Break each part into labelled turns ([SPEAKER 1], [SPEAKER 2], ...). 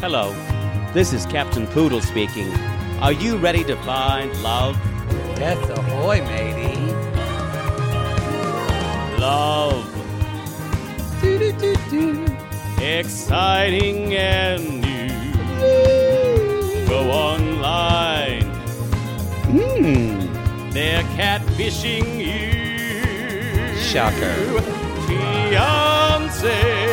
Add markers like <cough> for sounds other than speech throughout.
[SPEAKER 1] Hello, this is Captain Poodle speaking. Are you ready to find love?
[SPEAKER 2] Yes, ahoy, matey.
[SPEAKER 1] Love. Exciting and new. Go online.
[SPEAKER 2] Hmm.
[SPEAKER 1] They're catfishing you.
[SPEAKER 2] Shocker.
[SPEAKER 1] Fiance.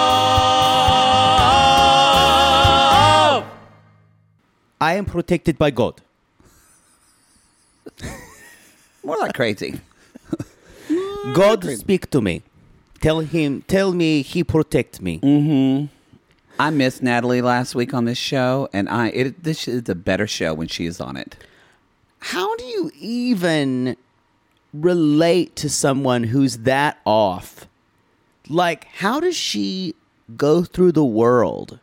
[SPEAKER 1] I am protected by God.
[SPEAKER 3] More like crazy.
[SPEAKER 1] God speak to me. Tell him, tell me he protect me.
[SPEAKER 3] Mm-hmm. I missed Natalie last week on this show, and I it, this is a better show when she is on it.
[SPEAKER 4] how do you even relate to someone who's that off? Like, how does she go through the world?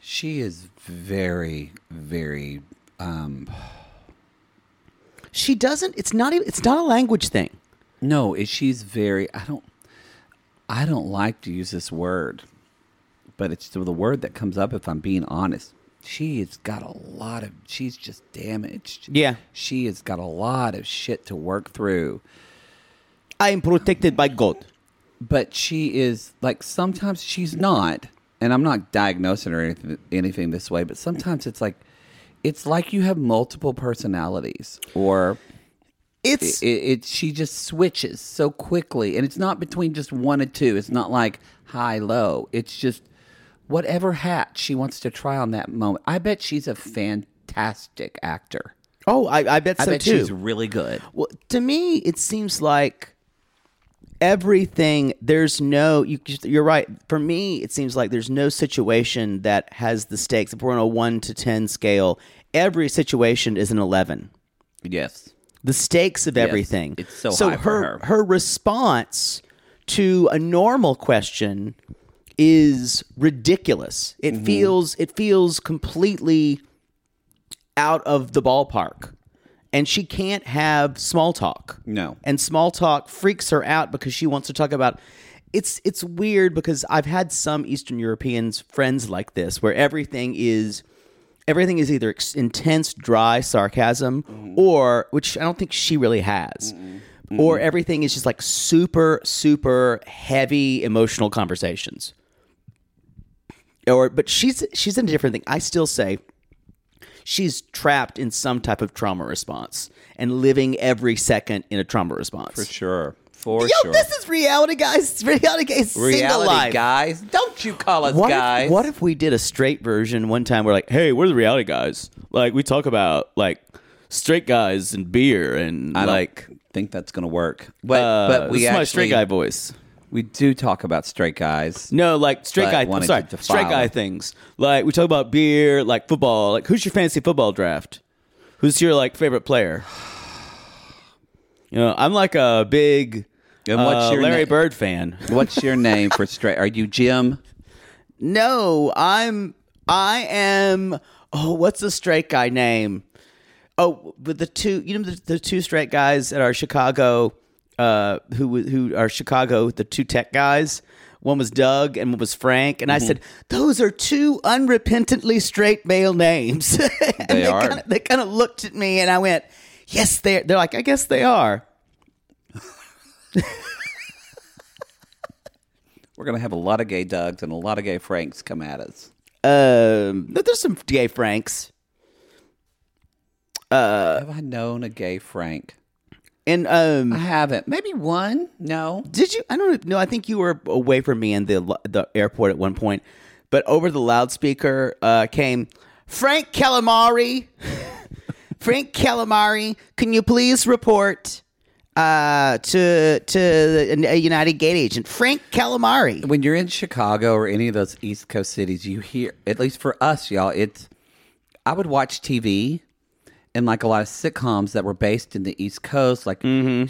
[SPEAKER 3] She is very, very. Um,
[SPEAKER 4] She doesn't. It's not. Even, it's not a language thing.
[SPEAKER 3] no, it, she's very. I don't. I don't like to use this word, but it's the, the word that comes up. If I'm being honest, she has got a lot of. She's just damaged.
[SPEAKER 4] Yeah.
[SPEAKER 3] she has got a lot of shit to work through.
[SPEAKER 4] I am protected by God.
[SPEAKER 3] but she is like sometimes she's not and i'm not diagnosing her anything, anything this way but sometimes it's like it's like you have multiple personalities or
[SPEAKER 4] It's
[SPEAKER 3] it, it, it she just switches so quickly and it's not between just one and two it's not like high low it's just whatever hat she wants to try on that moment i bet she's a fantastic actor
[SPEAKER 4] oh, I, I bet
[SPEAKER 3] i
[SPEAKER 4] so
[SPEAKER 3] bet
[SPEAKER 4] too.
[SPEAKER 3] she's really good
[SPEAKER 4] Well, to me, it seems like everything. There's no. You, just- you're right. For me, it seems like there's no situation that has the stakes. If we're on a one to ten scale, every situation is an eleven.
[SPEAKER 3] yes
[SPEAKER 4] the stakes of everything.
[SPEAKER 3] it's so high for
[SPEAKER 4] her,
[SPEAKER 3] her.
[SPEAKER 4] response to a normal question is ridiculous. It
[SPEAKER 3] Mm-hmm.
[SPEAKER 4] feels it feels completely out of the ballpark. And she can't have small talk.
[SPEAKER 3] No.
[SPEAKER 4] And small talk freaks her out because she wants to talk about it's it's weird because I've had some Eastern Europeans friends like this where everything is everything is either ex- intense, dry sarcasm, or which I don't think she really has,
[SPEAKER 3] Mm-hmm.
[SPEAKER 4] or everything is just like super, super heavy emotional conversations. Or, but she's she's in a different thing. I still say she's trapped in some type of trauma response and living every second in a trauma response.
[SPEAKER 3] for sure for
[SPEAKER 4] Yo,
[SPEAKER 3] sure
[SPEAKER 4] this is reality, guys. Reality, guys. single life.
[SPEAKER 3] guys. Don't you call us
[SPEAKER 4] What
[SPEAKER 3] guys.
[SPEAKER 4] if, what if we did a straight version one time? We're like, hey, we're the reality guys. Like we talk about like straight guys and beer and
[SPEAKER 3] I don't
[SPEAKER 4] like
[SPEAKER 3] think that's gonna work. But
[SPEAKER 4] uh,
[SPEAKER 3] but
[SPEAKER 4] this
[SPEAKER 3] we
[SPEAKER 4] is
[SPEAKER 3] actually
[SPEAKER 4] my straight guy voice.
[SPEAKER 3] we do talk about straight guys.
[SPEAKER 4] No, like straight
[SPEAKER 3] But
[SPEAKER 4] guy.
[SPEAKER 3] wanted
[SPEAKER 4] I'm sorry,
[SPEAKER 3] to defile
[SPEAKER 4] straight guy
[SPEAKER 3] it.
[SPEAKER 4] things. Like we talk about beer, like football. Like who's your fantasy football draft? <sighs> Who's your like favorite player? You know, I'm like a big.
[SPEAKER 3] And what's
[SPEAKER 4] Uh,
[SPEAKER 3] your
[SPEAKER 4] Larry
[SPEAKER 3] name?
[SPEAKER 4] Bird fan?
[SPEAKER 3] What's your name for straight? Are you Jim?
[SPEAKER 4] No, I'm I am oh, what's the straight guy name? Oh, but the two you know the, the two straight guys at our Chicago uh who who are Chicago the two tech guys. One was Doug and one was Frank, and I said those are two unrepentantly straight male names. <laughs> And
[SPEAKER 3] They are.
[SPEAKER 4] Kinda, they kind of looked at me, and I went, "Yes, they're." They're like, "I guess they are."
[SPEAKER 3] We're gonna have a lot of gay Dougs and a lot of gay Franks come at us.
[SPEAKER 4] Um, but there's some gay Franks.
[SPEAKER 3] have I known a gay Frank?
[SPEAKER 4] And um,
[SPEAKER 3] I haven't. Maybe one. No.
[SPEAKER 4] Did you? I don't know. I think you were away from me in the the airport at one point, but over the loudspeaker uh, came Frank Calamari. <laughs> Frank Calamari, can you please report uh, to to a United Gate agent Frank Calamari?
[SPEAKER 3] when you're in Chicago or any of those East Coast cities, you hear at least for us, y'all, it's I would watch TV and like a lot of sitcoms that were based in the East Coast, like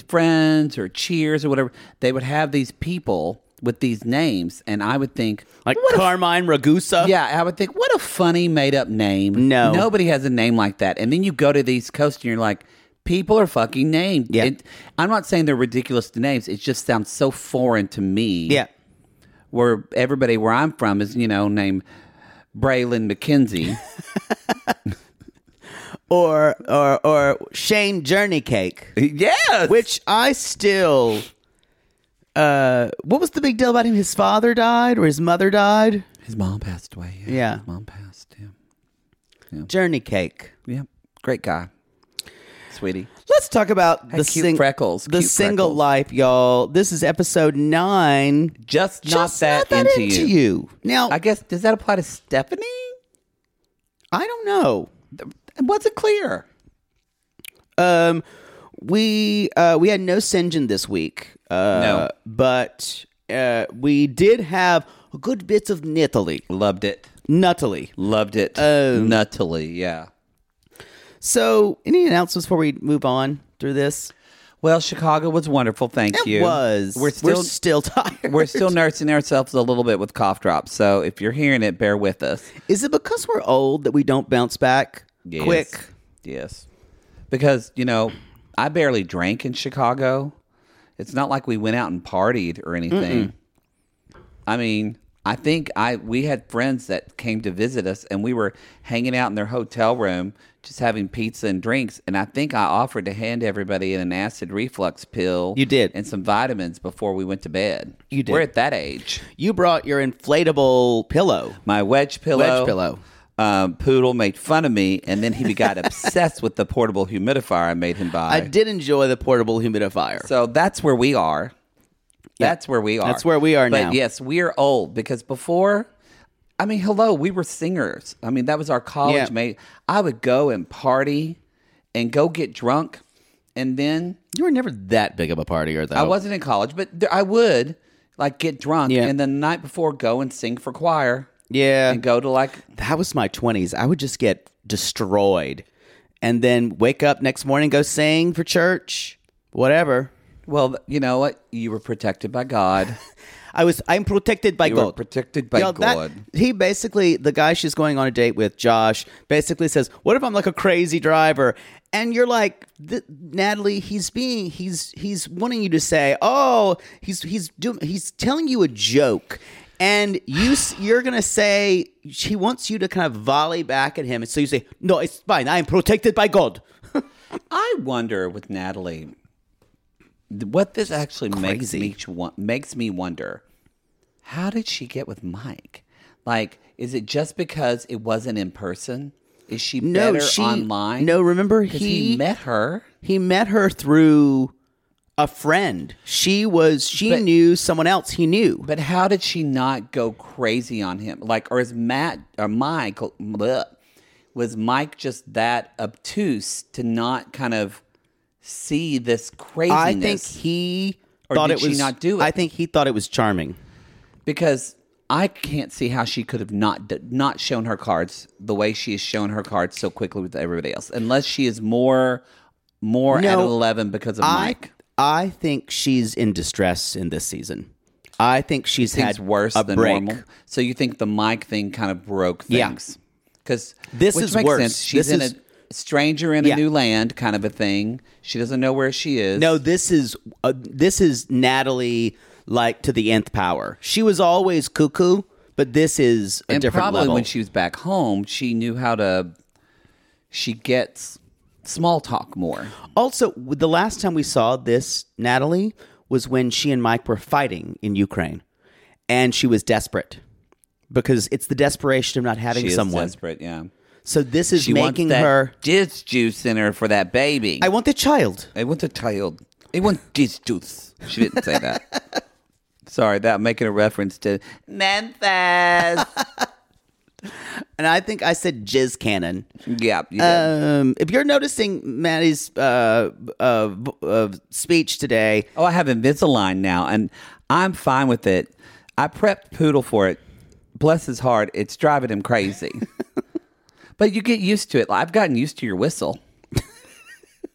[SPEAKER 3] Friends or Cheers or whatever, they would have these people with these names and I would think
[SPEAKER 4] Like Carmine Ragusa.
[SPEAKER 3] yeah, I would think, what a funny made up name.
[SPEAKER 4] No.
[SPEAKER 3] Nobody has a name like that. And then you go to the East Coast and you're like, people are fucking named.
[SPEAKER 4] Yeah.
[SPEAKER 3] It- I'm not saying they're ridiculous names. It just sounds so foreign to me
[SPEAKER 4] yeah.
[SPEAKER 3] where everybody where I'm from is, you know, named Braylon McKenzie.
[SPEAKER 4] <laughs> Or or or Shane Journeycake.
[SPEAKER 3] yes.
[SPEAKER 4] which I still. Uh, what was the big deal about him? His father died or his mother died?
[SPEAKER 3] his mom passed away.
[SPEAKER 4] Yeah.
[SPEAKER 3] His mom passed. Yeah.
[SPEAKER 4] Journey cake.
[SPEAKER 3] Yeah. Great guy. Sweetie.
[SPEAKER 4] Let's talk about
[SPEAKER 3] Had
[SPEAKER 4] the
[SPEAKER 3] cute
[SPEAKER 4] sing-
[SPEAKER 3] freckles,
[SPEAKER 4] the
[SPEAKER 3] cute
[SPEAKER 4] single
[SPEAKER 3] freckles.
[SPEAKER 4] life, y'all. This is episode nine.
[SPEAKER 3] Just,
[SPEAKER 4] Just
[SPEAKER 3] not that, into, you.
[SPEAKER 4] Now
[SPEAKER 3] I
[SPEAKER 4] I,
[SPEAKER 3] guess does that apply to Stephanie?
[SPEAKER 4] don't know.
[SPEAKER 3] It wasn't clear.
[SPEAKER 4] Um, we uh we had no Sinjin this week. Uh,
[SPEAKER 3] No.
[SPEAKER 4] but uh, we did have good bits of Natalie.
[SPEAKER 3] Loved it.
[SPEAKER 4] Nuttily.
[SPEAKER 3] Loved it. Oh. Nuttily, yeah.
[SPEAKER 4] So, any announcements before we move on through this?
[SPEAKER 3] Well, Chicago was wonderful. Thank
[SPEAKER 4] It
[SPEAKER 3] you.
[SPEAKER 4] was.
[SPEAKER 3] We're still
[SPEAKER 4] we're still <laughs> tired.
[SPEAKER 3] we're still nursing ourselves a little bit with cough drops. So if you're hearing it, bear with us.
[SPEAKER 4] Is it because we're old that we don't bounce back
[SPEAKER 3] Yes.
[SPEAKER 4] quick?
[SPEAKER 3] Yes. Because, you know, I barely drank in Chicago. It's not like we went out and partied or anything. I mean, I think I we had friends that came to visit us and we were hanging out in their hotel room just having pizza and drinks and I think I offered to hand everybody an acid reflux pill.
[SPEAKER 4] You did.
[SPEAKER 3] And some vitamins before we went to bed.
[SPEAKER 4] You did.
[SPEAKER 3] We're at that age.
[SPEAKER 4] You brought your inflatable pillow.
[SPEAKER 3] My wedge pillow.
[SPEAKER 4] Wedge pillow.
[SPEAKER 3] Um, Poodle made fun of me, and then he got <laughs> obsessed with the portable humidifier I made him buy.
[SPEAKER 4] I did enjoy the portable humidifier.
[SPEAKER 3] So that's where we are. That's where we are.
[SPEAKER 4] That's where we are
[SPEAKER 3] but
[SPEAKER 4] now.
[SPEAKER 3] yes, we are old because before, I mean, hello, we were singers. I mean, that was our college
[SPEAKER 4] Yeah.
[SPEAKER 3] mate. I would go and party and go get drunk. And then
[SPEAKER 4] you were never that big of a partier, though.
[SPEAKER 3] I wasn't in college, but there, I would like get drunk
[SPEAKER 4] Yeah.
[SPEAKER 3] and then the night before go and sing for choir
[SPEAKER 4] Yeah.
[SPEAKER 3] and go to like
[SPEAKER 4] That was my 20s. I would just get destroyed and then wake up next morning, go sing for church, whatever.
[SPEAKER 3] Well, th- you know what? You were protected
[SPEAKER 4] <laughs>
[SPEAKER 3] by God.
[SPEAKER 4] I was I'm protected by
[SPEAKER 3] You were
[SPEAKER 4] God.
[SPEAKER 3] protected by
[SPEAKER 4] Y'all, that-
[SPEAKER 3] God.
[SPEAKER 4] he basically the guy she's going on a date with, Josh, basically says, "What if I'm like a crazy driver?" And you're like, "Th- "Natalie, he's being he's he's wanting you to say, "Oh, he's he's doing he's telling you a joke." And you s-
[SPEAKER 3] <sighs>
[SPEAKER 4] you're going to say he wants you to kind of volley back at him. And so you say, "No, it's fine. I am protected by God." <laughs>
[SPEAKER 3] I wonder with Natalie th- what this actually makes
[SPEAKER 4] crazy.
[SPEAKER 3] me ch- wa- makes me wonder. How did she get with Mike? Like, is it just because it wasn't in person? Is she
[SPEAKER 4] No,
[SPEAKER 3] better
[SPEAKER 4] she-
[SPEAKER 3] online?
[SPEAKER 4] no, remember
[SPEAKER 3] 'Cause
[SPEAKER 4] he-
[SPEAKER 3] met her.
[SPEAKER 4] He met her through a friend. She was she
[SPEAKER 3] But-
[SPEAKER 4] knew someone else he knew.
[SPEAKER 3] But how did she not go crazy on him? Like, or is Matt or Mike? bleh, was Mike just that obtuse to not kind of see this craziness?
[SPEAKER 4] I think he
[SPEAKER 3] Or
[SPEAKER 4] thought
[SPEAKER 3] did
[SPEAKER 4] it
[SPEAKER 3] she
[SPEAKER 4] was
[SPEAKER 3] not do it?
[SPEAKER 4] I think he thought it was charming.
[SPEAKER 3] because I can't see how she could have not d- not shown her cards the way she has shown her cards so quickly with everybody else, unless she is more more at
[SPEAKER 4] No,
[SPEAKER 3] eleven because of
[SPEAKER 4] I
[SPEAKER 3] Mike.
[SPEAKER 4] I think she's in distress in this season. I think she's
[SPEAKER 3] Things
[SPEAKER 4] had
[SPEAKER 3] worse
[SPEAKER 4] a
[SPEAKER 3] than
[SPEAKER 4] break.
[SPEAKER 3] normal. So you think the mic thing kind of broke
[SPEAKER 4] Yeah.
[SPEAKER 3] things? Because
[SPEAKER 4] This
[SPEAKER 3] which
[SPEAKER 4] is
[SPEAKER 3] makes
[SPEAKER 4] worse.
[SPEAKER 3] sense. She's
[SPEAKER 4] This
[SPEAKER 3] in
[SPEAKER 4] is-
[SPEAKER 3] a stranger in
[SPEAKER 4] Yeah.
[SPEAKER 3] a new land, kind of a thing. She doesn't know where she is.
[SPEAKER 4] No, this is uh, this is Natalie like to the nth power. She was always cuckoo, but this is a
[SPEAKER 3] and
[SPEAKER 4] different
[SPEAKER 3] probably
[SPEAKER 4] level.
[SPEAKER 3] when she was back home, she knew how to. She gets small talk more.
[SPEAKER 4] also, the last time we saw this Natalie was when she and Mike were fighting in Ukraine, and she was desperate because it's the desperation of not having
[SPEAKER 3] She
[SPEAKER 4] someone.
[SPEAKER 3] is desperate. Yeah,
[SPEAKER 4] So this is
[SPEAKER 3] she
[SPEAKER 4] making
[SPEAKER 3] wants that
[SPEAKER 4] her.
[SPEAKER 3] dis juice in her for that baby.
[SPEAKER 4] I want the child.
[SPEAKER 3] I want a child. I want this juice. She didn't say that.
[SPEAKER 4] <laughs>
[SPEAKER 3] Sorry, that making a reference to Memphis.
[SPEAKER 4] And I think I said jizz cannon.
[SPEAKER 3] yeah, you did.
[SPEAKER 4] Um, if you're noticing Maddie's uh, uh, v- uh, speech today,
[SPEAKER 3] Oh, I have Invisalign now, and I'm fine with it. I prepped Poodle for it. Bless his heart, it's driving him <laughs> crazy. but you get used to it. I've gotten used to your whistle.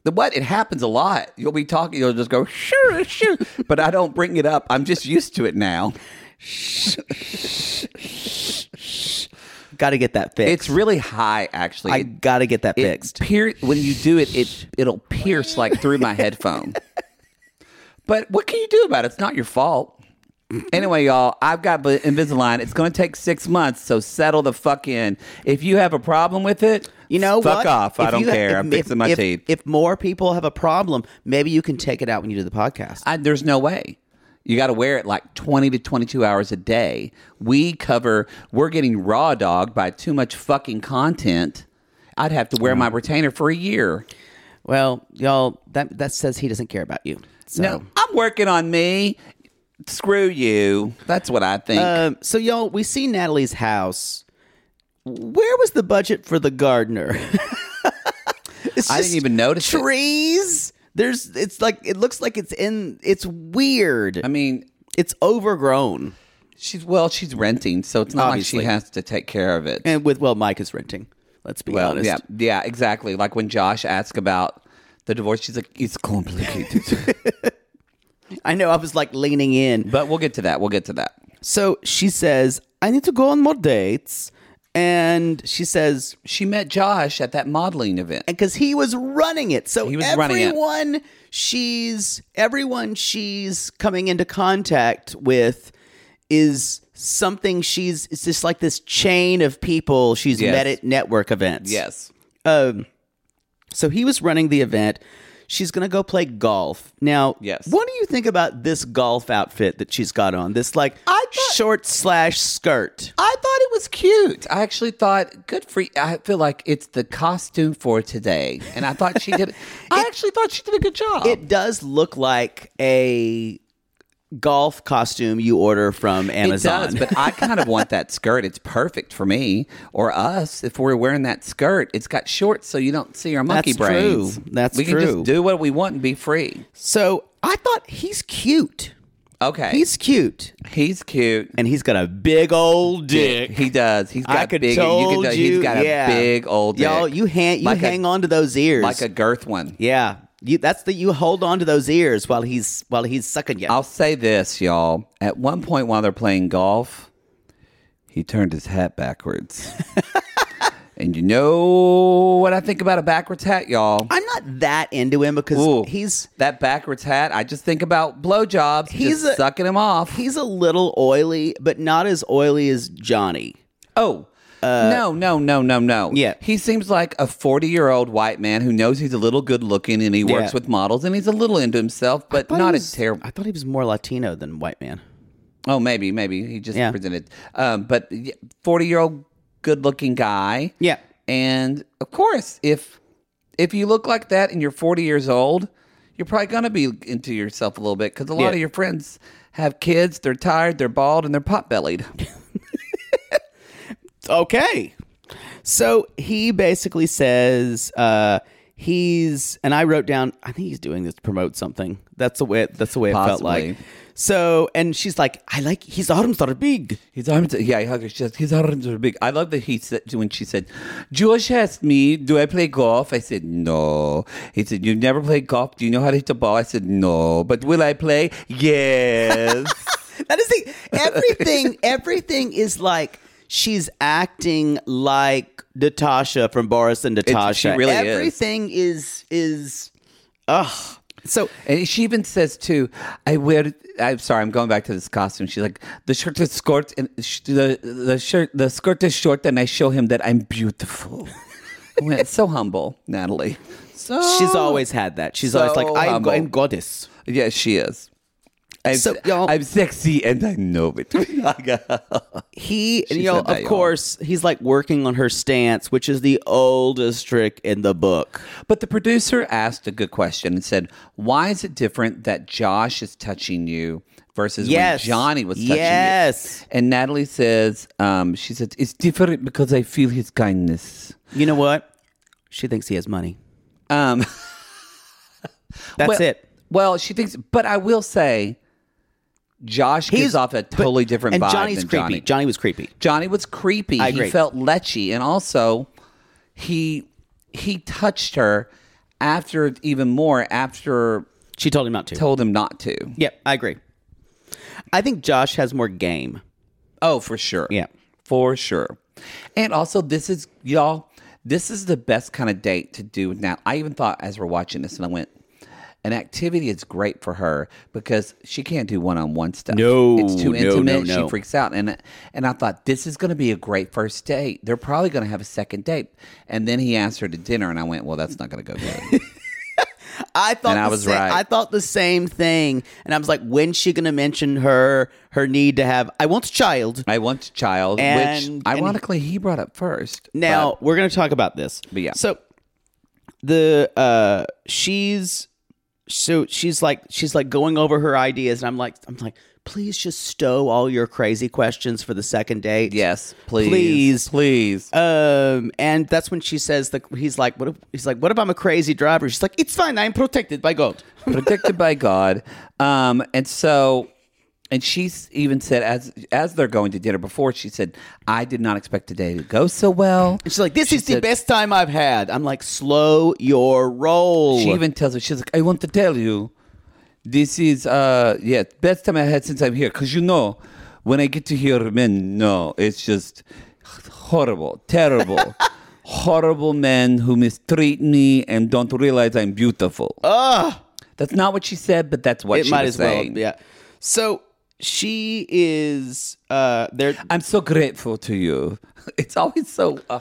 [SPEAKER 3] the what? It happens a lot. You'll be talking, you'll just go, sure, sure. But I don't bring it up. I'm just used to it now.
[SPEAKER 4] got to get that fixed.
[SPEAKER 3] It's really high, actually.
[SPEAKER 4] I
[SPEAKER 3] It-
[SPEAKER 4] got to get that
[SPEAKER 3] it
[SPEAKER 4] fixed.
[SPEAKER 3] pier- when you do it, it it'll pierce like through my headphone. But what can you do about it? It's not your fault. Anyway, y'all, I've got B- Invisalign. It's going to take six months, so settle the fuck in. If you have a problem with it,
[SPEAKER 4] You know
[SPEAKER 3] fuck
[SPEAKER 4] what?
[SPEAKER 3] off. I
[SPEAKER 4] If
[SPEAKER 3] don't
[SPEAKER 4] you-
[SPEAKER 3] care.
[SPEAKER 4] if-
[SPEAKER 3] I'm fixing my
[SPEAKER 4] if,
[SPEAKER 3] teeth.
[SPEAKER 4] If more people have a problem, maybe you can take it out when you do the podcast.
[SPEAKER 3] I, there's no way. You got to wear it like 20 to 22 hours a day. We cover, we're getting raw dog by too much fucking content. I'd have to
[SPEAKER 4] Mm.
[SPEAKER 3] wear my retainer for a year.
[SPEAKER 4] well, y'all, that that says he doesn't care about you. So.
[SPEAKER 3] No, I'm working on me. Screw you. That's what I think.
[SPEAKER 4] Um, so y'all, we see Natalie's house. Where was the budget for the gardener? <laughs> It's
[SPEAKER 3] I didn't
[SPEAKER 4] just
[SPEAKER 3] even notice it.
[SPEAKER 4] trees. There's. It's like it looks like it's in. It's weird.
[SPEAKER 3] I mean,
[SPEAKER 4] it's overgrown.
[SPEAKER 3] she's well, she's renting, so it's not
[SPEAKER 4] Obviously.
[SPEAKER 3] like she has to take care of it.
[SPEAKER 4] And with well, Mike is renting. Let's be
[SPEAKER 3] well,
[SPEAKER 4] honest.
[SPEAKER 3] yeah, yeah, exactly. Like when Josh asked about the divorce, she's like, "It's <laughs> complicated,"
[SPEAKER 4] I know. I was like leaning in.
[SPEAKER 3] but we'll get to that. We'll get to that.
[SPEAKER 4] So she says, "I need to go on more dates," and she says,
[SPEAKER 3] She met Josh at that modeling event.
[SPEAKER 4] and because he was running it. So
[SPEAKER 3] He was running it.
[SPEAKER 4] everyone she's everyone she's coming into contact with is something she's it's just like this chain of people she's
[SPEAKER 3] Yes.
[SPEAKER 4] met at network events.
[SPEAKER 3] Yes,
[SPEAKER 4] Um so he was running the event. She's gonna go play golf. Now
[SPEAKER 3] Yes.
[SPEAKER 4] what do you think about this golf outfit that she's got on? This like
[SPEAKER 3] I thought-
[SPEAKER 4] short slash skirt.
[SPEAKER 3] I thought it was cute. I actually thought, good for you. I feel like it's the costume for today, and I thought she <laughs> did. I actually thought she did a good job.
[SPEAKER 4] It does look like a golf costume you order from Amazon.
[SPEAKER 3] It does, but I kind of want that skirt. It's perfect for me or us if we're wearing that skirt. It's got shorts, so you don't see our monkey
[SPEAKER 4] That's
[SPEAKER 3] brains.
[SPEAKER 4] true. That's
[SPEAKER 3] we can
[SPEAKER 4] true.
[SPEAKER 3] just do what we want and be free.
[SPEAKER 4] <laughs> so I thought he's cute.
[SPEAKER 3] Okay,
[SPEAKER 4] He's cute,
[SPEAKER 3] he's cute.
[SPEAKER 4] and he's got a big old dick.
[SPEAKER 3] He does. He's got
[SPEAKER 4] I could
[SPEAKER 3] big.
[SPEAKER 4] told
[SPEAKER 3] could-
[SPEAKER 4] you,
[SPEAKER 3] he's got
[SPEAKER 4] yeah.
[SPEAKER 3] a big old dick.
[SPEAKER 4] Y'all, you hang you
[SPEAKER 3] Like a-
[SPEAKER 4] hang on to those ears
[SPEAKER 3] like a girth one.
[SPEAKER 4] yeah. You, that's the you hold on to those ears while he's while he's sucking you.
[SPEAKER 3] I'll say this, y'all. At one point while they're playing golf, he turned his hat backwards.
[SPEAKER 4] <laughs>
[SPEAKER 3] and you know what I think about a backwards hat, y'all?
[SPEAKER 4] I'm not that into him because
[SPEAKER 3] Ooh,
[SPEAKER 4] he's
[SPEAKER 3] that backwards hat. I just think about blowjobs.
[SPEAKER 4] He's
[SPEAKER 3] He's
[SPEAKER 4] a-
[SPEAKER 3] sucking him off.
[SPEAKER 4] he's a little oily, but not as oily as Johnny.
[SPEAKER 3] oh. no, no, no, no, no.
[SPEAKER 4] Uh, Yeah.
[SPEAKER 3] He seems like a 40 year old white man who knows he's a little good looking and he
[SPEAKER 4] Yeah.
[SPEAKER 3] works with models and he's a little into himself, but
[SPEAKER 4] Thought he
[SPEAKER 3] not
[SPEAKER 4] was-
[SPEAKER 3] as terrible.
[SPEAKER 4] I thought he was more Latino than white man.
[SPEAKER 3] Oh, maybe, maybe. He just
[SPEAKER 4] Yeah.
[SPEAKER 3] presented. Um, but 40 year old good looking guy.
[SPEAKER 4] Yeah.
[SPEAKER 3] And of course, if if you look like that and you're 40 years old, you're probably going to be into yourself a little bit because a lot
[SPEAKER 4] Yeah.
[SPEAKER 3] of your friends have kids, they're tired, they're bald, and they're pot <laughs> bellied.
[SPEAKER 4] Okay. So he basically says uh, he's, and I wrote down. I think he's doing this to promote something. That's the way. That's the way it felt
[SPEAKER 3] Possibly.
[SPEAKER 4] like. So, and she's like, I like his arms are big.
[SPEAKER 3] His arms, yeah, he hugged her. She says, his arms are big. I love that he said, when she said, Josh asked me, do I play golf? I said, no. He said, you've never played golf. Do you know how to hit the ball? I said, no. But will I play? Yes. <laughs>
[SPEAKER 4] That is the everything. everything is like she's acting like Natasha from Boris and Natasha.
[SPEAKER 3] really is.
[SPEAKER 4] everything is is ugh. So
[SPEAKER 3] And she even says too, "I wear." I'm sorry, I'm going back to this costume. She's like, "The shirt is short, and sh- the the shirt the skirt is short, and I show him that I'm beautiful." <laughs> I went, so humble, Natalie. So
[SPEAKER 4] she's always had that. She's always
[SPEAKER 3] oh, So
[SPEAKER 4] like I'm,
[SPEAKER 3] humble.
[SPEAKER 4] I'm goddess.
[SPEAKER 3] yeah, she is. I'm,
[SPEAKER 4] So, y'all-
[SPEAKER 3] I'm sexy, and <laughs> I know it. <laughs>
[SPEAKER 4] He and
[SPEAKER 3] She
[SPEAKER 4] you know,
[SPEAKER 3] said that,
[SPEAKER 4] of
[SPEAKER 3] y'all.
[SPEAKER 4] course, he's like working on her stance, which is the oldest trick in the book.
[SPEAKER 3] but the producer asked a good question and said, "Why is it different that Josh is touching you?" Versus
[SPEAKER 4] Yes.
[SPEAKER 3] when Johnny was touching you?"
[SPEAKER 4] Yes.
[SPEAKER 3] And Natalie says, um, she said, it's different because I feel his kindness.
[SPEAKER 4] You know what? She thinks he has money.
[SPEAKER 3] Um,
[SPEAKER 4] That's
[SPEAKER 3] well-
[SPEAKER 4] it.
[SPEAKER 3] Well, she thinks, but I will say, Josh gives off a
[SPEAKER 4] but-
[SPEAKER 3] totally different
[SPEAKER 4] and
[SPEAKER 3] vibe
[SPEAKER 4] Johnny's
[SPEAKER 3] than
[SPEAKER 4] creepy.
[SPEAKER 3] Johnny.
[SPEAKER 4] Johnny was creepy.
[SPEAKER 3] Johnny was creepy.
[SPEAKER 4] I
[SPEAKER 3] he
[SPEAKER 4] agree.
[SPEAKER 3] felt lechy, and also he he touched her after even more after
[SPEAKER 4] She told him not to.
[SPEAKER 3] told him not to.
[SPEAKER 4] Yep, I agree. I think Josh has more game.
[SPEAKER 3] Oh, for sure.
[SPEAKER 4] Yeah.
[SPEAKER 3] For sure. And also, this is, y'all, this is the best kind of date to do now. I even thought as we're watching this, and I went, an activity is great for her because she can't do one on one stuff.
[SPEAKER 4] No,
[SPEAKER 3] It's too
[SPEAKER 4] no,
[SPEAKER 3] intimate.
[SPEAKER 4] no, no.
[SPEAKER 3] She freaks out. And, and I thought, this is going to be a great first date. They're probably going to have a second date. And then he asked her to dinner, and I went, well, that's not going to go
[SPEAKER 4] <laughs>
[SPEAKER 3] good.
[SPEAKER 4] I thought
[SPEAKER 3] And
[SPEAKER 4] the
[SPEAKER 3] I was
[SPEAKER 4] sa-
[SPEAKER 3] right.
[SPEAKER 4] I thought the same thing, and I was like, "When's she gonna mention her her need to have? I want a child."
[SPEAKER 3] I want a child,
[SPEAKER 4] And-
[SPEAKER 3] which ironically, he brought up first.
[SPEAKER 4] Now
[SPEAKER 3] but-
[SPEAKER 4] we're gonna talk about this.
[SPEAKER 3] But yeah.
[SPEAKER 4] So the uh, she's so she's like she's like going over her ideas, and I'm like I'm like, please just stow all your crazy questions for the second date.
[SPEAKER 3] yes, please.
[SPEAKER 4] Please.
[SPEAKER 3] Please.
[SPEAKER 4] Um, and that's when she says that he's like, what? If, he's like, what if I'm a crazy driver? She's like, it's fine. I'm protected by God.
[SPEAKER 3] protected by God. Um, and so, and she's even said as as they're going to dinner before, she said, "I did not expect today to go so well."
[SPEAKER 4] And she's like, this
[SPEAKER 3] She
[SPEAKER 4] is the
[SPEAKER 3] said-
[SPEAKER 4] best time I've had. I'm like, slow your roll.
[SPEAKER 3] She even tells her, "She's like, I want to tell you, this is uh, yeah, best time I had since I'm here, because you know, when I get to hear men, no, it's just horrible,
[SPEAKER 4] <laughs>
[SPEAKER 3] terrible." Horrible men who mistreat me and don't realize I'm beautiful. Ugh. That's not what she said, but that's what
[SPEAKER 4] it
[SPEAKER 3] she
[SPEAKER 4] might
[SPEAKER 3] was
[SPEAKER 4] as well.
[SPEAKER 3] saying.
[SPEAKER 4] Yeah. So she is uh there.
[SPEAKER 3] I'm so grateful to you. <laughs> It's always so. Uh,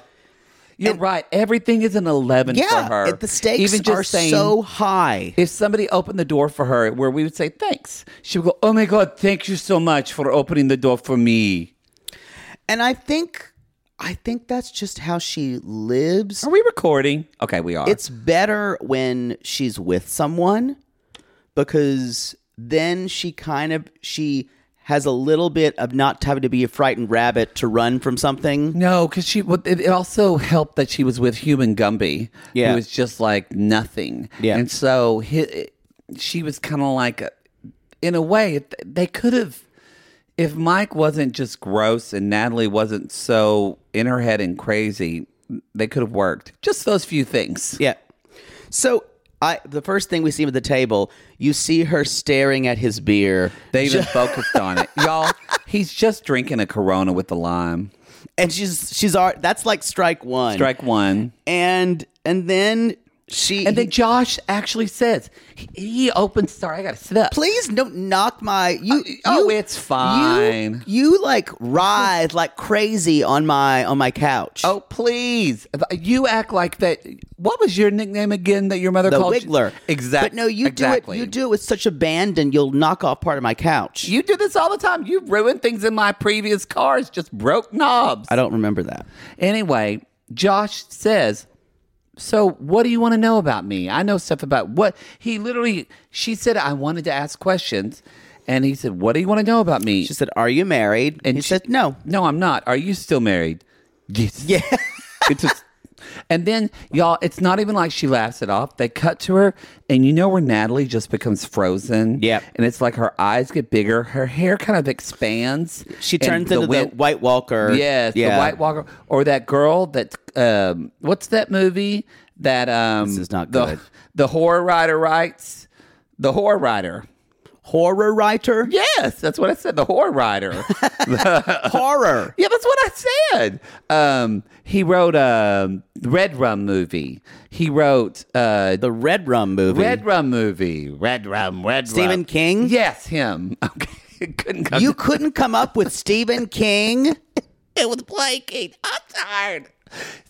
[SPEAKER 3] you're right. Everything is an eleven
[SPEAKER 4] Yeah.
[SPEAKER 3] for her.
[SPEAKER 4] it- the stakes
[SPEAKER 3] Even just
[SPEAKER 4] are
[SPEAKER 3] saying,
[SPEAKER 4] so high.
[SPEAKER 3] If somebody opened the door for her, where we would say thanks, she would go, "Oh my god, thank you so much for opening the door for me."
[SPEAKER 4] And I think, I think that's just how she lives.
[SPEAKER 3] Are we recording? Okay, we are.
[SPEAKER 4] It's better when she's with someone because then she kind of she has a little bit of not having to be a frightened rabbit to run from something.
[SPEAKER 3] no, because she. would- It it also helped that she was with human Gumby.
[SPEAKER 4] Yeah.
[SPEAKER 3] who was just like nothing.
[SPEAKER 4] Yeah.
[SPEAKER 3] and so he, she was kind of like, uh, in a way, th- they could have. if Mike wasn't just gross and Natalie wasn't so in her head and crazy, they could have worked. Just those few things.
[SPEAKER 4] Yeah. So I the first thing we see him at the table, you see her staring at his beer.
[SPEAKER 3] They <laughs> even focused on it. Y'all, he's just drinking a Corona with the lime.
[SPEAKER 4] And she's she's ar- that's like strike one.
[SPEAKER 3] Strike one.
[SPEAKER 4] and and then she
[SPEAKER 3] And then Josh actually says, he, he opens, sorry, I got to sit up.
[SPEAKER 4] please don't knock my you. you
[SPEAKER 3] oh, it's fine.
[SPEAKER 4] You, you like writhe like crazy on my on my couch.
[SPEAKER 3] Oh, please. You act like that. What was your nickname again that your mother
[SPEAKER 4] the
[SPEAKER 3] called?
[SPEAKER 4] wiggler.
[SPEAKER 3] Exactly.
[SPEAKER 4] But no, you
[SPEAKER 3] exactly.
[SPEAKER 4] do it. You do it with such abandon. You'll knock off part of my couch.
[SPEAKER 3] You do this all the time. You ruined things in my previous cars, just broke knobs.
[SPEAKER 4] I don't remember that.
[SPEAKER 3] Anyway, Josh says, So what do you want to know about me? I know stuff about what he literally, she said, I wanted to ask questions. And he said, What do you want to know about me?
[SPEAKER 4] She said, "Are you married?" And he
[SPEAKER 3] she-
[SPEAKER 4] said, "No."
[SPEAKER 3] No, I'm not. Are you still married? Yes. Yeah. <laughs> it's just, And then y'all, it's not even like she laughs it off. They cut to her, and you know where Natalie just becomes frozen.
[SPEAKER 4] Yep.
[SPEAKER 3] And it's like her eyes get bigger, her hair kind of expands.
[SPEAKER 4] She
[SPEAKER 3] and
[SPEAKER 4] turns into
[SPEAKER 3] wind-
[SPEAKER 4] the White Walker.
[SPEAKER 3] Yes, the White Walker or that girl that um, what's that movie that um
[SPEAKER 4] This is not
[SPEAKER 3] the,
[SPEAKER 4] good.
[SPEAKER 3] The horror writer writes the horror writer.
[SPEAKER 4] Horror writer?
[SPEAKER 3] Yes, that's what I said. The horror <laughs> writer.
[SPEAKER 4] <laughs> Horror.
[SPEAKER 3] Yeah, that's what I said. Um, he wrote um, the Red Rum movie. He wrote uh,
[SPEAKER 4] The Red Rum movie.
[SPEAKER 3] Red Rum movie. Red Rum. Red
[SPEAKER 4] Stephen
[SPEAKER 3] Rum.
[SPEAKER 4] King?
[SPEAKER 3] Yes, him. <laughs> Okay, couldn't come.
[SPEAKER 4] You couldn't come up with Stephen
[SPEAKER 3] <laughs>
[SPEAKER 4] King?
[SPEAKER 3] it was blanking. I'm tired.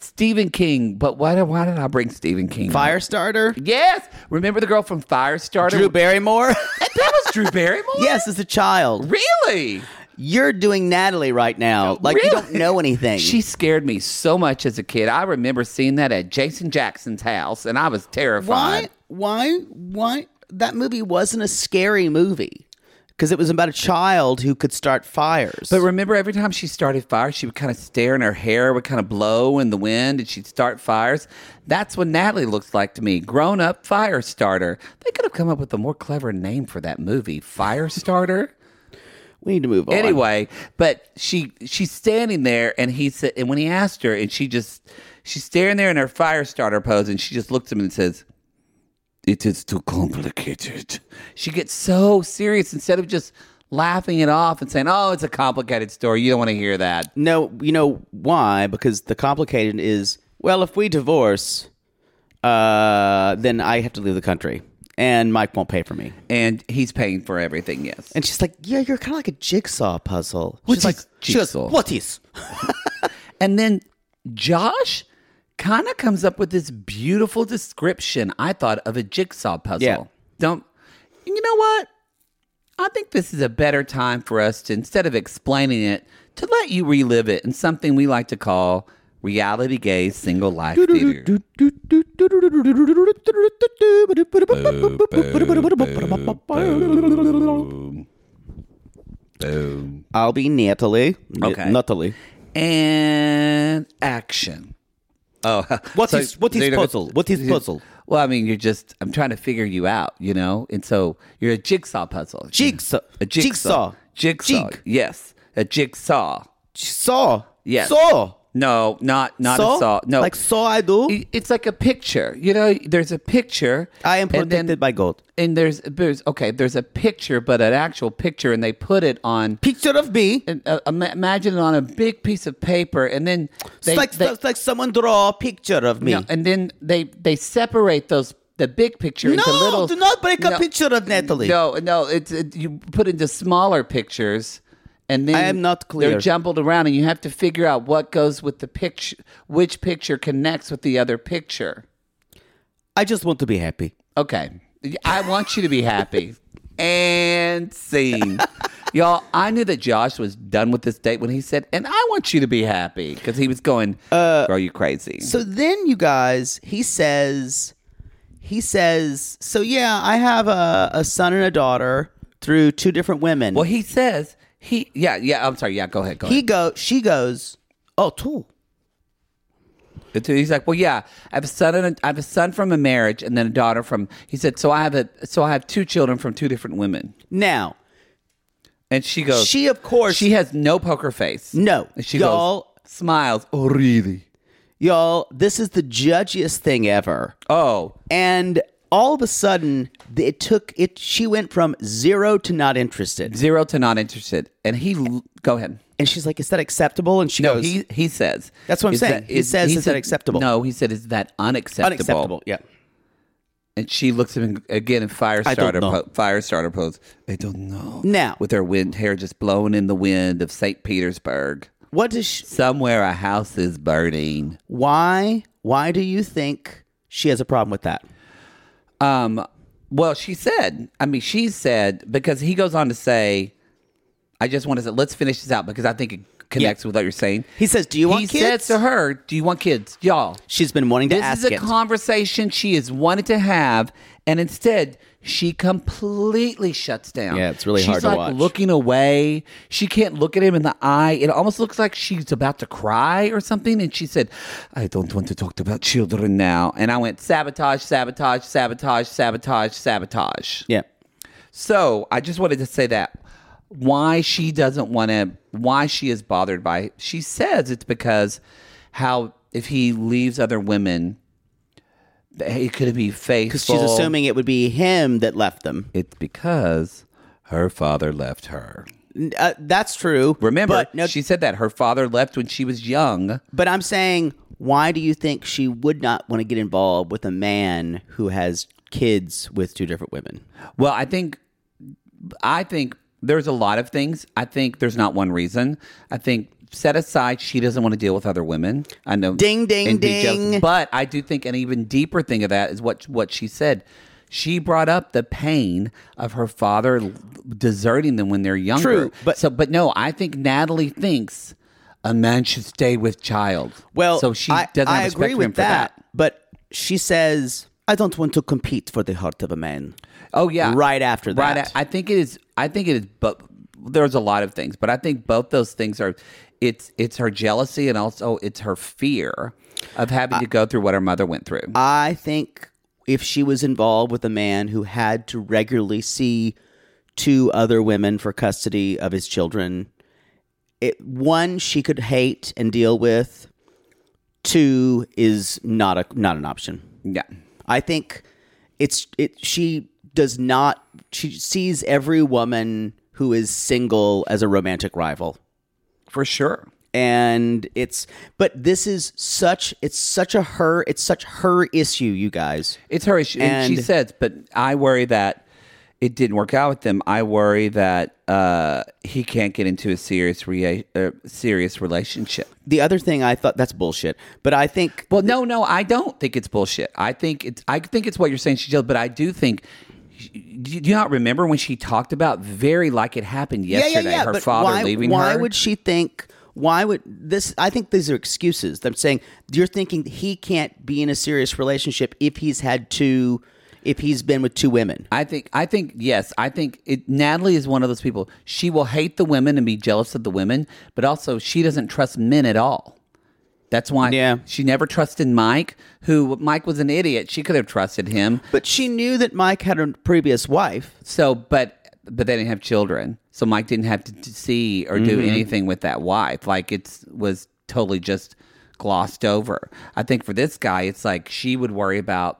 [SPEAKER 3] Stephen King, but why? did- Why did I bring Stephen King? up?
[SPEAKER 4] Firestarter?
[SPEAKER 3] Yes. Remember the girl from Firestarter?
[SPEAKER 4] Drew
[SPEAKER 3] <laughs>
[SPEAKER 4] Barrymore?
[SPEAKER 3] that
[SPEAKER 4] <laughs>
[SPEAKER 3] was Drew Barrymore.
[SPEAKER 4] yes, as a child.
[SPEAKER 3] Really?
[SPEAKER 4] You're doing Natalie right now. Like you don't
[SPEAKER 3] Really?
[SPEAKER 4] know anything.
[SPEAKER 3] She scared me so much as a kid. I remember seeing that at Jason Jackson's house, and I was terrified.
[SPEAKER 4] why? Why? Why? That movie wasn't a scary movie because it was about a child who could start fires.
[SPEAKER 3] But remember, every time she started fires, she would kind of stare, and her hair would kind of blow in the wind, and she'd start fires. That's what Natalie looks like to me, grown up fire starter. They could have come up with a more clever name for that movie, fire starter.
[SPEAKER 4] we need to move on.
[SPEAKER 3] Anyway, but she she's standing there, and he said, and when he asked her, and she just she's staring there in her fire starter pose, and she just looks at him and says, "It is too complicated." She gets so serious instead of just laughing it off and saying, "Oh, it's a complicated story. You don't want to hear that."
[SPEAKER 4] no, you know why? Because the complicated is well, if we divorce, uh, then I have to leave the country, and Mike won't pay for me.
[SPEAKER 3] And he's paying for everything. Yes,
[SPEAKER 4] And she's like, "Yeah, you're kind of like a jigsaw puzzle."
[SPEAKER 3] What
[SPEAKER 4] she's like,
[SPEAKER 3] is
[SPEAKER 4] she goes,
[SPEAKER 3] jigsaw?
[SPEAKER 4] "What is?"
[SPEAKER 3] And then Josh kind of comes up with this beautiful description, I thought, of a jigsaw puzzle.
[SPEAKER 4] Yeah.
[SPEAKER 3] Don't, you know what? I think this is a better time for us to, instead of explaining it, to let you relive it in something we like to call reality gay single life theater.
[SPEAKER 4] I'll be Natalie.
[SPEAKER 3] Okay.
[SPEAKER 4] Natalie.
[SPEAKER 3] And action. Oh,
[SPEAKER 4] What
[SPEAKER 3] so-
[SPEAKER 4] is- what is
[SPEAKER 3] you know,
[SPEAKER 4] puzzle? What is
[SPEAKER 3] you-
[SPEAKER 4] puzzle?
[SPEAKER 3] Well, I mean, you're just I'm trying to figure you out, you know, and so you're a jigsaw puzzle.
[SPEAKER 4] Jigsaw.
[SPEAKER 3] A jigsaw.
[SPEAKER 4] Jigsaw.
[SPEAKER 3] Jigsaw.
[SPEAKER 4] Jig.
[SPEAKER 3] Yes. A jigsaw.
[SPEAKER 4] Saw.
[SPEAKER 3] Yes.
[SPEAKER 4] Saw.
[SPEAKER 3] No, not not
[SPEAKER 4] saw?
[SPEAKER 3] a saw. No.
[SPEAKER 4] Like saw I do.
[SPEAKER 3] I- it's like a picture. You know, there's a picture.
[SPEAKER 4] I am
[SPEAKER 3] and
[SPEAKER 4] protected
[SPEAKER 3] then-
[SPEAKER 4] by God.
[SPEAKER 3] And there's there's okay, there's a picture, but an actual picture, and they put it on.
[SPEAKER 4] Picture of me.
[SPEAKER 3] and, Uh, ima- imagine it on a big piece of paper, and then they,
[SPEAKER 4] it's like
[SPEAKER 3] they-
[SPEAKER 4] it's like someone draw a picture of me.
[SPEAKER 3] No, and then they they separate those the big picture into
[SPEAKER 4] No,
[SPEAKER 3] little.
[SPEAKER 4] do not break a picture of Natalie.
[SPEAKER 3] No, no, it's it, you put into smaller pictures, and then
[SPEAKER 4] I am not clear.
[SPEAKER 3] They're jumbled around, and you have to figure out what goes with the picture, which picture connects with the other picture.
[SPEAKER 4] I just want to be happy.
[SPEAKER 3] Okay, I want you to
[SPEAKER 4] <laughs>
[SPEAKER 3] be happy and scene. Y'all, I knew that Josh was done with this date when he said, "And I want you to be happy," because he was going, "Girl, you crazy."
[SPEAKER 4] Uh, So then you guys, he says, he says, so yeah, I have a, a son and a daughter through two different women.
[SPEAKER 3] Well, he says he. Yeah, yeah. I'm sorry. Yeah, go ahead. Go
[SPEAKER 4] he
[SPEAKER 3] ahead.
[SPEAKER 4] go, she goes, oh, two.
[SPEAKER 3] It's- He's like, well, yeah. I have a son. And a, I have a son from a marriage, and then a daughter from. He said, so I have a. So I have two children from two different women.
[SPEAKER 4] Now,
[SPEAKER 3] And she goes.
[SPEAKER 4] She, of course-
[SPEAKER 3] Oh. She has no poker face.
[SPEAKER 4] No.
[SPEAKER 3] And she
[SPEAKER 4] Y'all-
[SPEAKER 3] goes. Smiles. Oh really?
[SPEAKER 4] y'all, this is the judgiest thing ever.
[SPEAKER 3] Oh.
[SPEAKER 4] And all of a sudden, th- it took it. She went from zero to not interested,
[SPEAKER 3] Zero to not interested. And he. l- Go ahead.
[SPEAKER 4] and she's like, "Is that acceptable?" And she
[SPEAKER 3] No,
[SPEAKER 4] goes,
[SPEAKER 3] he he says.
[SPEAKER 4] That's what I'm
[SPEAKER 3] "Is
[SPEAKER 4] saying. He says, "Is that acceptable?"
[SPEAKER 3] No, he said, is that unacceptable?
[SPEAKER 4] "Unacceptable." Yeah.
[SPEAKER 3] And she looks at him again in fire
[SPEAKER 4] I don't
[SPEAKER 3] starter
[SPEAKER 4] know.
[SPEAKER 3] po- fire starter pose. I don't know.
[SPEAKER 4] Now-
[SPEAKER 3] with her wind hair just blowing in the wind of St. Petersburg,
[SPEAKER 4] What does she,
[SPEAKER 3] somewhere a house is burning.
[SPEAKER 4] why? Why do you think she has a problem with that?
[SPEAKER 3] Um, well, she said. I mean, she said because he goes on to say, "I just want to say, let's finish this out because I think it connects
[SPEAKER 4] Yeah.
[SPEAKER 3] with what you're saying."
[SPEAKER 4] He says, "Do you want
[SPEAKER 3] he
[SPEAKER 4] kids?"
[SPEAKER 3] said to her, "Do you want kids, y'all?"
[SPEAKER 4] She's been wanting to
[SPEAKER 3] This
[SPEAKER 4] ask
[SPEAKER 3] is a
[SPEAKER 4] it.
[SPEAKER 3] conversation she has wanted to have, And instead, she completely shuts down.
[SPEAKER 4] Yeah, it's really
[SPEAKER 3] she's
[SPEAKER 4] hard to
[SPEAKER 3] like
[SPEAKER 4] watch.
[SPEAKER 3] looking away. She can't look at him in the eye. It almost looks like she's about to cry or something. And she said, I don't want to talk about children now. And I went, sabotage, sabotage, sabotage, sabotage, sabotage.
[SPEAKER 4] Yeah.
[SPEAKER 3] So I just wanted to say that why she doesn't want to, why she is bothered by it. She says it's because how if he leaves other women, it could be faithful.
[SPEAKER 4] Because she's assuming it would be him that left them.
[SPEAKER 3] it's because her father left her.
[SPEAKER 4] N- Uh, that's true.
[SPEAKER 3] Remember,
[SPEAKER 4] But, no,
[SPEAKER 3] she said that her father left when she was young.
[SPEAKER 4] but I'm saying, why do you think she would not want to get involved with a man who has kids with two different women?
[SPEAKER 3] Well, I think I think there's a lot of things. I think there's not one reason. I think set aside she doesn't want to deal with other women. I know
[SPEAKER 4] Ding, ding,
[SPEAKER 3] and be jealous.
[SPEAKER 4] ding.
[SPEAKER 3] But I do think an even deeper thing of that is what what she said. She brought up the pain of her father l- deserting them when they're younger.
[SPEAKER 4] True, but-
[SPEAKER 3] so but no, I think Natalie thinks a man should stay with child.
[SPEAKER 4] Well,
[SPEAKER 3] so she
[SPEAKER 4] I,
[SPEAKER 3] doesn't
[SPEAKER 4] I
[SPEAKER 3] have respect
[SPEAKER 4] agree
[SPEAKER 3] for
[SPEAKER 4] with
[SPEAKER 3] him for that.
[SPEAKER 4] But she says, I don't want to compete for the heart of a man.
[SPEAKER 3] Oh yeah,
[SPEAKER 4] Right after
[SPEAKER 3] Right.
[SPEAKER 4] that.
[SPEAKER 3] a- I think it is. I think it is. But there's a lot of things, but I think both those things are. It's it's her jealousy and also it's her fear of having to go through what her mother went through.
[SPEAKER 4] I think if she was involved with a man who had to regularly see two other women for custody of his children, it, one she could hate and deal with. Two is not a not an option.
[SPEAKER 3] yeah.
[SPEAKER 4] I think it's it. She does not. She sees every woman who is single as a romantic rival
[SPEAKER 3] For sure.
[SPEAKER 4] and it's but this is such it's such a her it's such her issue you guys
[SPEAKER 3] It's her issue. And, she
[SPEAKER 4] And-
[SPEAKER 3] says, but I worry that it didn't work out with them. I worry that uh, he can't get into a serious rea- uh, serious relationship.
[SPEAKER 4] the other thing i thought that's bullshit but i think
[SPEAKER 3] Well, no, no, I don't think it's bullshit. I think it's I think it's what you're saying, Shajil, but I do think do you do you not remember when she talked about very like it happened yesterday, her
[SPEAKER 4] but
[SPEAKER 3] father
[SPEAKER 4] why,
[SPEAKER 3] leaving
[SPEAKER 4] why
[SPEAKER 3] her?
[SPEAKER 4] would she think why would this i think these are excuses i'm saying you're thinking he can't be in a serious relationship if he's had two if he's been with two women
[SPEAKER 3] I think I think yes, I think it, Natalie is one of those people. She will hate the women and be jealous of the women, but also she doesn't trust men at all. That's why
[SPEAKER 4] Yeah.
[SPEAKER 3] she never trusted Mike, who Mike was an idiot. She could have trusted him.
[SPEAKER 4] but she knew that mike had a previous wife
[SPEAKER 3] So, but but they didn't have children, so Mike didn't have to, to see or do anything with that wife. Like it was totally just glossed over. I think for this guy, it's like she would worry about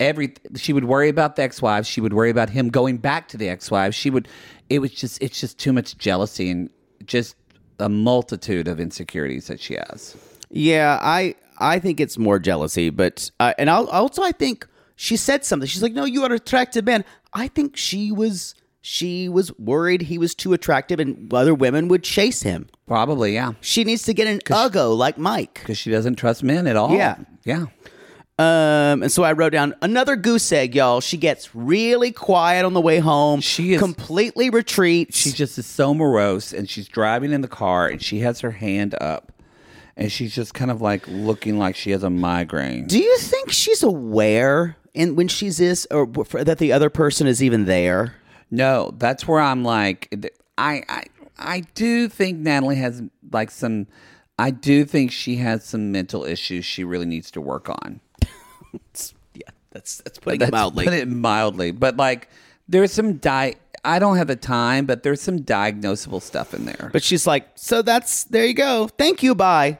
[SPEAKER 3] every. She would worry about the ex-wife. She would worry about him going back to the ex-wife. She would. It was just. It's just too much jealousy and just a multitude of insecurities that she has.
[SPEAKER 4] Yeah, I I think it's more jealousy, but uh, and I'll, also I think she said something. She's like, "No, you are attractive man." I think she was she was worried he was too attractive and other women would chase him.
[SPEAKER 3] Probably, yeah,
[SPEAKER 4] She needs to get an uggo like Mike.
[SPEAKER 3] because she doesn't trust men at all.
[SPEAKER 4] Yeah.
[SPEAKER 3] yeah.
[SPEAKER 4] Um, and so I wrote down another goose egg, y'all. She gets really quiet on the way home.
[SPEAKER 3] She is-
[SPEAKER 4] completely retreats.
[SPEAKER 3] she just is so morose and she's driving in the car and she has her hand up and she's just kind of like looking like she has a migraine.
[SPEAKER 4] Do you think she's aware and when she's this or w- that the other person is even there?
[SPEAKER 3] no, that's where I'm like th- I I I do think Natalie has like some I do think she has some mental issues she really needs to work on.
[SPEAKER 4] Yeah, that's that's putting
[SPEAKER 3] That's
[SPEAKER 4] it mildly.
[SPEAKER 3] Put it mildly, but like there's some di I don't have the time, but there's some diagnosable stuff in there.
[SPEAKER 4] But she's like, so that's there you go. Thank you, bye.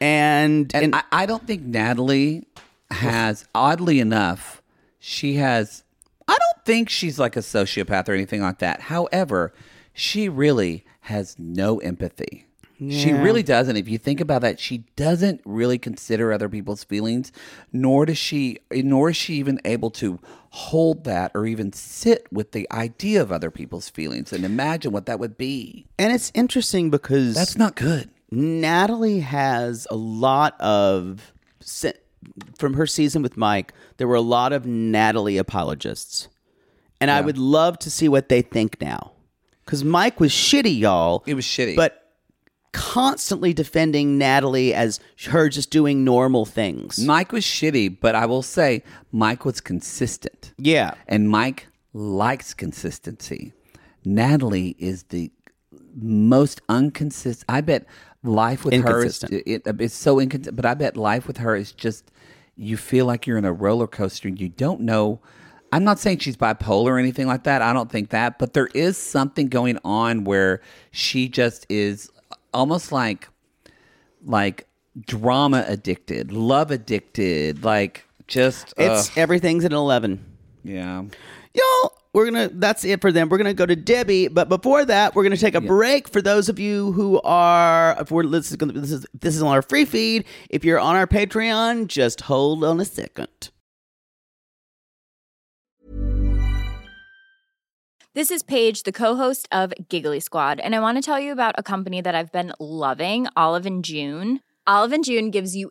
[SPEAKER 4] And and,
[SPEAKER 3] And I, I don't think Natalie has, oddly enough, she has, I don't think she's like a sociopath or anything like that. However, she really has no empathy. She really doesn't. If you think about that, she doesn't really consider other people's feelings, nor does she, nor is she even able to hold that or even sit with the idea of other people's feelings and imagine what that would be.
[SPEAKER 4] and it's interesting because
[SPEAKER 3] That's not good.
[SPEAKER 4] Natalie has a lot of se- from her season with Mike. There were a lot of Natalie apologists, and I would love to see what they think now. Because Mike was shitty, y'all.
[SPEAKER 3] It was shitty.
[SPEAKER 4] but
[SPEAKER 5] constantly defending Natalie as her just doing normal things.
[SPEAKER 3] Mike was shitty, but I will say Mike was consistent.
[SPEAKER 5] yeah.
[SPEAKER 3] And Mike likes consistency. Natalie is the most inconsistent. I bet life with her is
[SPEAKER 5] Inconsistent.
[SPEAKER 3] it, uh, it's so inconsistent. But I bet life with her is just you feel like you're in a roller coaster and you don't know. I'm not saying she's bipolar or anything like that. I don't think that, but there is something going on where she just is almost like like drama addicted, love addicted, like just
[SPEAKER 5] It's
[SPEAKER 3] ugh,
[SPEAKER 5] everything's at 11.
[SPEAKER 3] yeah.
[SPEAKER 5] y'all we're gonna that's it for them we're gonna go to debbie but before that we're gonna take a break for those of you who are if we're this is, gonna, this is this is on our free feed if you're on our patreon just hold on a second
[SPEAKER 6] This is Paige, the co-host of Giggly Squad, and I want to tell you about a company that I've been loving, Olive and June. Olive and June gives you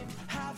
[SPEAKER 7] Have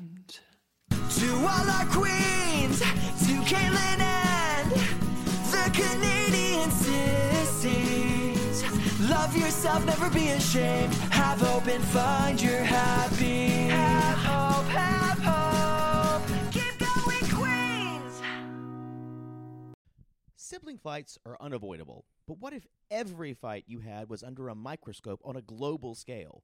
[SPEAKER 7] To all our queens, to Caitlin and the Canadian sissies. Love yourself, never be ashamed. Have hope and find your happy. Have hope, have hope. Keep going, Queens.
[SPEAKER 4] Sibling fights are unavoidable, but what if every fight you had was under a microscope on a global scale?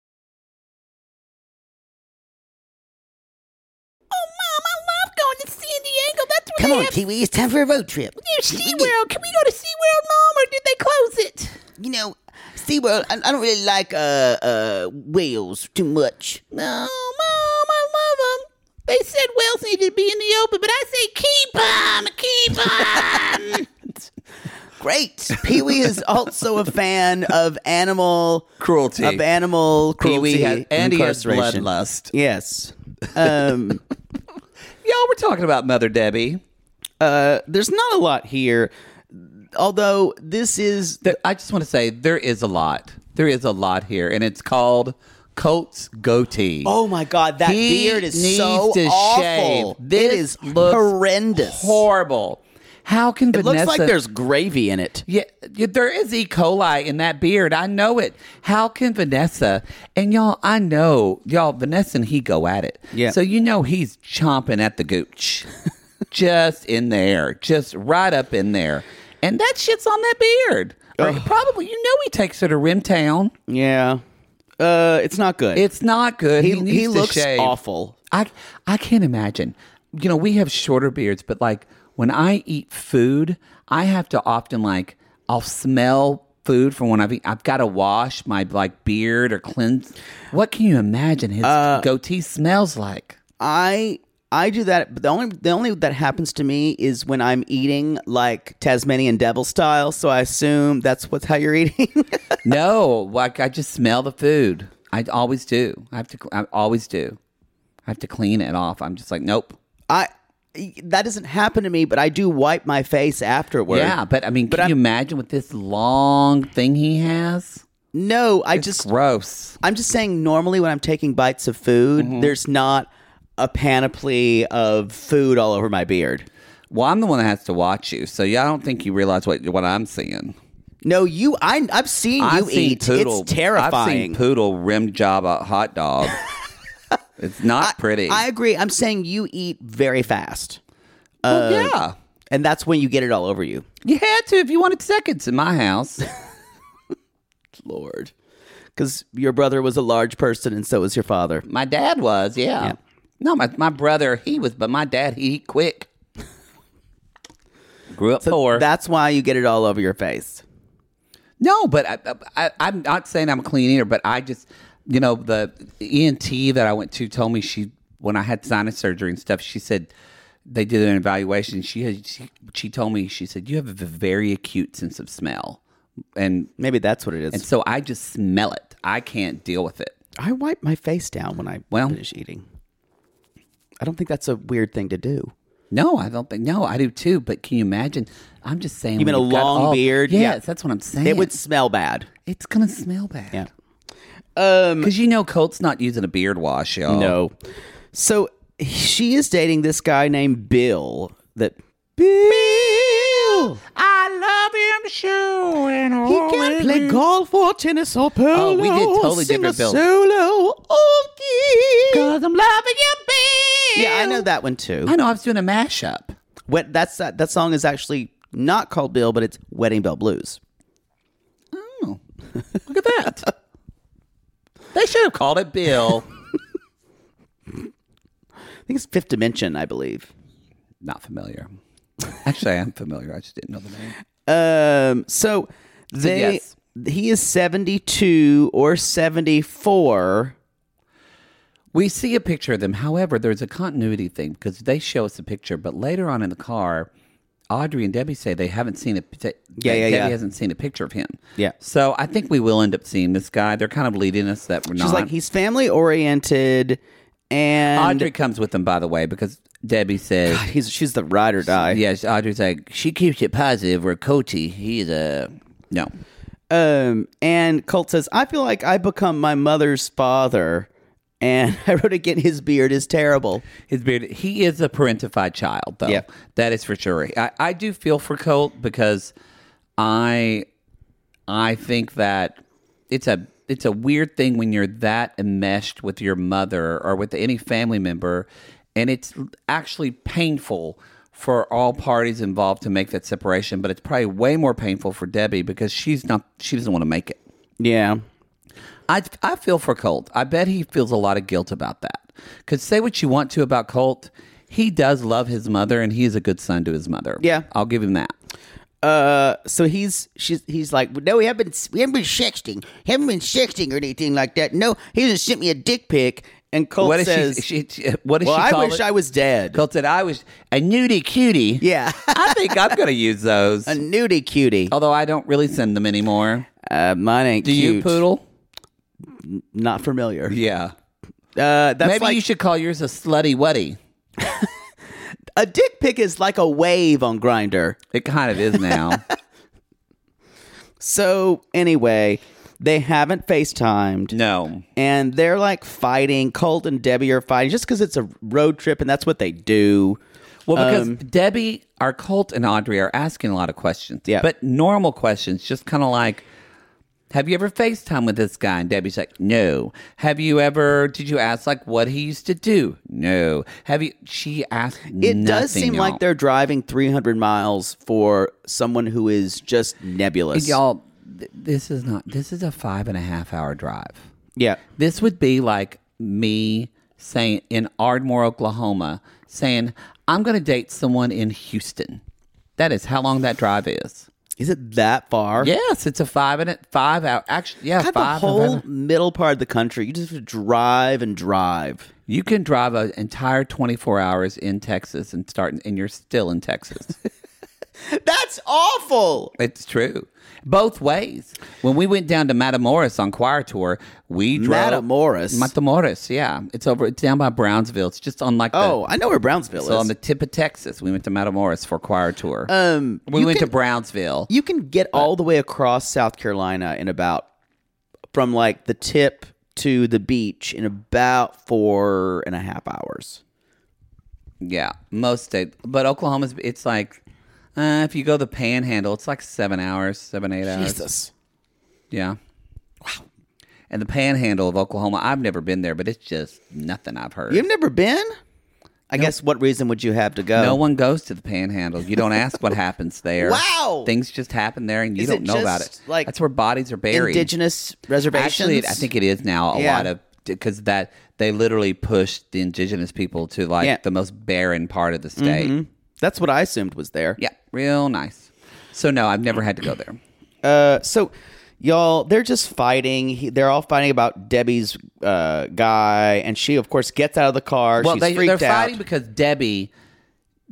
[SPEAKER 8] Oh, Mom, I love going to San Diego. That's where
[SPEAKER 9] Come
[SPEAKER 8] they
[SPEAKER 9] on,
[SPEAKER 8] have
[SPEAKER 9] Kiwi, it's time for a road trip.
[SPEAKER 8] their SeaWorld. Can we go to SeaWorld, Mom, or did they close it?
[SPEAKER 9] You know, SeaWorld, I, I don't really like uh, uh, whales too much.
[SPEAKER 8] No, Mom, I love them. They said whales needed to be in the open, but I say keep them, keep
[SPEAKER 9] <laughs>
[SPEAKER 8] <laughs> them.
[SPEAKER 4] Great. Pee Wee is also a fan of animal
[SPEAKER 3] Cruelty.
[SPEAKER 4] Of animal cruelty.
[SPEAKER 3] and he has
[SPEAKER 4] incarceration.
[SPEAKER 3] bloodlust.
[SPEAKER 4] Yes. Um,
[SPEAKER 3] Y'all were talking about Mother Debbie.
[SPEAKER 4] uh, there's not a lot here, although this is
[SPEAKER 3] There, I just want to say there is a lot. There is a lot here, and it's called Colt's goatee.
[SPEAKER 4] Oh my god, that
[SPEAKER 3] He
[SPEAKER 4] beard is
[SPEAKER 3] needs
[SPEAKER 4] so
[SPEAKER 3] to
[SPEAKER 4] awful.
[SPEAKER 3] shave. This
[SPEAKER 4] it is
[SPEAKER 3] looks
[SPEAKER 4] horrendous.
[SPEAKER 3] horrible. How can
[SPEAKER 4] it
[SPEAKER 3] Vanessa?
[SPEAKER 4] looks like there's gravy in it.
[SPEAKER 3] Yeah, yeah, there is E. coli in that beard. I know it. How can Vanessa and y'all? I know y'all. Vanessa and he go at it.
[SPEAKER 4] Yeah.
[SPEAKER 3] So you know he's chomping at
[SPEAKER 4] <laughs>
[SPEAKER 3] the gooch, just in there, just right up in there, and that shit's on that beard. Or Probably you know he takes her to Rimtown.
[SPEAKER 4] Yeah. Uh, it's not good.
[SPEAKER 3] It's not good.
[SPEAKER 4] he,
[SPEAKER 3] He, needs
[SPEAKER 4] he
[SPEAKER 3] to
[SPEAKER 4] looks
[SPEAKER 3] shave.
[SPEAKER 4] awful.
[SPEAKER 3] I I can't imagine. You know, we have shorter beards, but like when I eat food, I have to often like I'll smell food from when I've eaten. I've got to wash my like beard or cleanse. What can you imagine his goatee smells like?
[SPEAKER 4] I I do that, but the only the only that happens to me is when I'm eating like Tasmanian devil style. So I assume that's what's how you're <laughs> eating.
[SPEAKER 3] no, like I just smell the food. I always do. I have to. I always do. I have to clean it off. I'm just like, nope.
[SPEAKER 4] I that doesn't happen to me, but I do wipe my face afterward.
[SPEAKER 3] Yeah, but I mean, can you imagine with this long thing he has?
[SPEAKER 4] no, I just
[SPEAKER 3] Gross.
[SPEAKER 4] I'm just saying normally when I'm taking bites of food,
[SPEAKER 3] Mm-hmm.
[SPEAKER 4] there's not a panoply of food all over my beard.
[SPEAKER 3] Well, I'm the one that has to watch you, so yeah, I don't think you realize what what I'm seeing.
[SPEAKER 4] No, you I I've seen
[SPEAKER 3] I've
[SPEAKER 4] you
[SPEAKER 3] seen
[SPEAKER 4] eat.
[SPEAKER 3] poodle.
[SPEAKER 4] It's terrifying.
[SPEAKER 3] I've seen poodle rim job a
[SPEAKER 4] <laughs>
[SPEAKER 3] hot dog. it's not pretty.
[SPEAKER 4] I agree. I'm saying you eat very fast. uh,
[SPEAKER 3] Well, Oh, yeah,
[SPEAKER 4] And that's when you get it all over you.
[SPEAKER 3] you had to if you wanted seconds in my house.
[SPEAKER 4] Lord. Because your brother was a large person and so was your father.
[SPEAKER 3] my dad was, yeah.
[SPEAKER 4] Yeah.
[SPEAKER 3] No, my my brother he was, but my dad he eat quick. Grew up poor.
[SPEAKER 4] That's why you get it all over your face.
[SPEAKER 3] No, but I, I, I'm not saying I'm a clean eater, but I just, you know, the ENT that I went to told me she, when I had sinus surgery and stuff, she said they did an evaluation. and She, had, she, she told me, she said, you have a very acute sense of smell. And,
[SPEAKER 4] Maybe that's what it
[SPEAKER 3] and
[SPEAKER 4] is.
[SPEAKER 3] so I just smell it. I can't deal with it.
[SPEAKER 4] I wipe my face down when I
[SPEAKER 3] Well-
[SPEAKER 4] finish eating. I don't think that's a weird thing to do.
[SPEAKER 3] No, I don't think, no, I do too. But can you imagine? I'm just saying.
[SPEAKER 4] You mean
[SPEAKER 3] when
[SPEAKER 4] a
[SPEAKER 3] you've got
[SPEAKER 4] long
[SPEAKER 3] all-
[SPEAKER 4] beard?
[SPEAKER 3] Yes,
[SPEAKER 4] Yeah.
[SPEAKER 3] that's what I'm saying.
[SPEAKER 4] It would smell bad.
[SPEAKER 3] it's going to smell bad.
[SPEAKER 4] Yeah.
[SPEAKER 3] Because you know Colt's not using a beard wash, y'all.
[SPEAKER 4] No. So she is dating this guy named Bill. That Bill.
[SPEAKER 3] Oh, I love him too. And
[SPEAKER 4] He can play golf or tennis or polo.
[SPEAKER 3] Oh, we did totally
[SPEAKER 4] sing
[SPEAKER 3] different
[SPEAKER 4] a
[SPEAKER 3] Bill.
[SPEAKER 4] Solo. Okay.
[SPEAKER 3] Cause I'm loving you, babe.
[SPEAKER 4] Yeah, I know that one too.
[SPEAKER 3] I know. I was doing a mashup.
[SPEAKER 4] What that's that, that song is actually not called Bill, but it's Wedding Bell Blues.
[SPEAKER 3] Oh, look at that. <laughs> they should have called it Bill.
[SPEAKER 4] I think it's Fifth Dimension, I believe.
[SPEAKER 3] <laughs> not familiar. Actually, I am familiar. I just didn't know the name.
[SPEAKER 4] Um, so they
[SPEAKER 3] yes.
[SPEAKER 4] he is seventy two or seventy four.
[SPEAKER 3] We see a picture of them. However, there's a continuity thing because they show us a picture, but later on in the car, Audrey and Debbie say they haven't seen a. that
[SPEAKER 4] Yeah, yeah,
[SPEAKER 3] Debbie
[SPEAKER 4] yeah.
[SPEAKER 3] hasn't seen a picture of him.
[SPEAKER 4] Yeah.
[SPEAKER 3] So I think we will end up seeing this guy. They're kind of leading us that we're
[SPEAKER 4] She's
[SPEAKER 3] not.
[SPEAKER 4] like he's family oriented. And
[SPEAKER 3] Audrey comes with them, by the way, because Debbie
[SPEAKER 4] <sighs>
[SPEAKER 3] says
[SPEAKER 4] he's, she's the ride or die.
[SPEAKER 3] Yes, Audrey's like she keeps it positive. Where Cody, he's a no.
[SPEAKER 4] Um, and Colt says, I feel like I become my mother's father. And <laughs> I wrote again, his beard is terrible.
[SPEAKER 3] His beard. He is a parentified child, though.
[SPEAKER 4] Yeah.
[SPEAKER 3] that is for sure. I, I do feel for Colt because I I think that it's a it's a weird thing when you're that enmeshed with your mother or with any family member, and it's actually painful for all parties involved to make that separation. But it's probably way more painful for Debbie because she's not she doesn't want to make it.
[SPEAKER 4] Yeah.
[SPEAKER 3] I, I feel for Colt. I bet he feels a lot of guilt about that. Because say what you want to about Colt, he does love his mother and he's a good son to his mother.
[SPEAKER 4] Yeah.
[SPEAKER 3] I'll give him that.
[SPEAKER 4] Uh, so he's, she's,
[SPEAKER 9] He's like, no, we haven't, been- we haven't been sexting, haven't been sexting or anything like that. No, he just sent me a dick pic,
[SPEAKER 4] and Colt
[SPEAKER 3] What is
[SPEAKER 4] says,
[SPEAKER 3] she, she, she? What is
[SPEAKER 4] Well,
[SPEAKER 3] she?
[SPEAKER 4] I
[SPEAKER 3] call
[SPEAKER 4] wish
[SPEAKER 3] it?
[SPEAKER 4] I was dead.
[SPEAKER 3] Colt said, "I was a nudie cutie."
[SPEAKER 4] Yeah. <laughs>
[SPEAKER 3] I think I'm gonna use those.
[SPEAKER 4] a nudie cutie.
[SPEAKER 3] Although I don't really send them anymore.
[SPEAKER 4] Uh, mine ain't
[SPEAKER 3] Do you
[SPEAKER 4] cute.
[SPEAKER 3] poodle?
[SPEAKER 4] Not familiar.
[SPEAKER 3] Yeah.
[SPEAKER 4] Uh, that's
[SPEAKER 3] Maybe
[SPEAKER 4] like,
[SPEAKER 3] you should call yours a slutty wuddy.
[SPEAKER 4] a dick pic is like a wave on Grinder.
[SPEAKER 3] It kind of
[SPEAKER 4] <laughs>
[SPEAKER 3] is now.
[SPEAKER 4] So anyway, they haven't FaceTimed.
[SPEAKER 3] no.
[SPEAKER 4] And they're like fighting. Colt and Debbie are fighting just because it's a road trip and that's what they do.
[SPEAKER 3] Well, because
[SPEAKER 4] Um,
[SPEAKER 3] Debbie, our Colt, and Audrey are asking a lot of questions.
[SPEAKER 4] Yeah.
[SPEAKER 3] But normal questions, just kind of like, have you ever FaceTime with this guy? And Debbie's like, no. Have you ever, did you ask like what he used to do? No. Have you, she asked
[SPEAKER 4] It does seem like
[SPEAKER 3] they're.
[SPEAKER 4] they're driving 300 miles for someone who is just nebulous.
[SPEAKER 3] Y'all, th- this is not, this is a five and a half hour drive.
[SPEAKER 4] Yeah.
[SPEAKER 3] This would be like me saying in Ardmore, Oklahoma, saying, I'm going to date someone in Houston. That is how long that drive is.
[SPEAKER 4] Is it that far?
[SPEAKER 3] Yes, it's a five and a, five hour. Actually, yeah,
[SPEAKER 4] God,
[SPEAKER 3] five.
[SPEAKER 4] the whole
[SPEAKER 3] five-
[SPEAKER 4] middle part of the country, you just have to drive and drive.
[SPEAKER 3] you can drive an entire twenty four hours in Texas and start, and you're still
[SPEAKER 4] <laughs>
[SPEAKER 3] in Texas.
[SPEAKER 4] That's awful.
[SPEAKER 3] it's true, both ways. When we went down to Matamoros on choir tour, we drove
[SPEAKER 4] Matamoros?
[SPEAKER 3] Matamoros, yeah, it's over. It's down by Brownsville. It's just on like the-
[SPEAKER 4] Oh, I know where Brownsville
[SPEAKER 3] So
[SPEAKER 4] is.
[SPEAKER 3] on the tip of Texas, we went to Matamoros for choir tour.
[SPEAKER 4] Um,
[SPEAKER 3] we
[SPEAKER 4] you
[SPEAKER 3] went
[SPEAKER 4] can-
[SPEAKER 3] to Brownsville.
[SPEAKER 4] you can get all the way across South Carolina in about from like the tip to the beach in about four and a half hours.
[SPEAKER 3] Yeah, most states, but Oklahoma's. It's like uh, if you go the Panhandle, it's like seven hours, seven eight hours. Yeah. Wow. And the Panhandle of Oklahoma, I've never been there, but it's just nothing I've heard.
[SPEAKER 4] You've never been? I guess what reason would you have to go?
[SPEAKER 3] no one goes to the Panhandle. You don't ask what happens there.
[SPEAKER 4] Wow.
[SPEAKER 3] Things just happen there, and you
[SPEAKER 4] Is
[SPEAKER 3] don't
[SPEAKER 4] it
[SPEAKER 3] know about it.
[SPEAKER 4] just, like,
[SPEAKER 3] that's where bodies are buried.
[SPEAKER 4] Indigenous reservations.
[SPEAKER 3] Actually, I think it is now a
[SPEAKER 4] Yeah.
[SPEAKER 3] lot of because that they literally pushed the indigenous people to like
[SPEAKER 4] Yeah. Mm-hmm.
[SPEAKER 3] the most barren part of the state.
[SPEAKER 4] that's what I assumed was there.
[SPEAKER 3] Yeah, real nice. So no, I've never had to go there.
[SPEAKER 4] Uh, so y'all, they're just fighting. He, they're all fighting about Debbie's uh, guy, and she, of course, gets out of the car.
[SPEAKER 3] <clears throat> Well,
[SPEAKER 4] She's
[SPEAKER 3] they,
[SPEAKER 4] freaked
[SPEAKER 3] they're
[SPEAKER 4] out.
[SPEAKER 3] fighting because Debbie.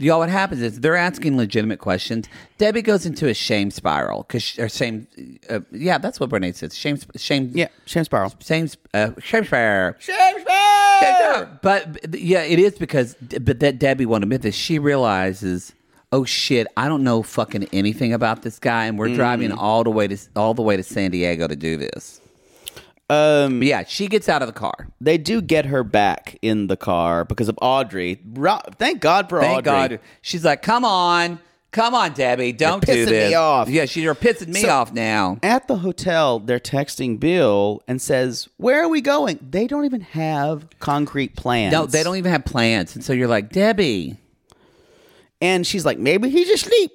[SPEAKER 3] Y'all, what happens is they're asking legitimate questions. Debbie goes into a shame spiral because or shame. Uh, yeah, that's what Brene says. Shame, shame.
[SPEAKER 4] yeah, shame spiral.
[SPEAKER 3] Shame, uh, shame spiral. But but, yeah, it is because but that Debbie won't admit this. She realizes, oh shit, I don't know fucking anything about this guy, and we're driving all the way to all the way to San Diego to do this.
[SPEAKER 4] Um,
[SPEAKER 3] But yeah, she gets out of the car.
[SPEAKER 4] they do get her back in the car because of Audrey. Ro- Thank God for
[SPEAKER 3] Thank
[SPEAKER 4] Audrey.
[SPEAKER 3] God. She's like, come on, come on, Debbie, don't
[SPEAKER 4] You're
[SPEAKER 3] do
[SPEAKER 4] pissing
[SPEAKER 3] this.
[SPEAKER 4] me off.
[SPEAKER 3] Yeah, she's you're pissing me
[SPEAKER 4] So-
[SPEAKER 3] off now.
[SPEAKER 4] At the hotel, they're texting Bill and says, "Where are we going?" They don't even have concrete plans.
[SPEAKER 3] No, they don't even have plans, and so you're like, Debbie.
[SPEAKER 4] And she's like, "Maybe he's asleep."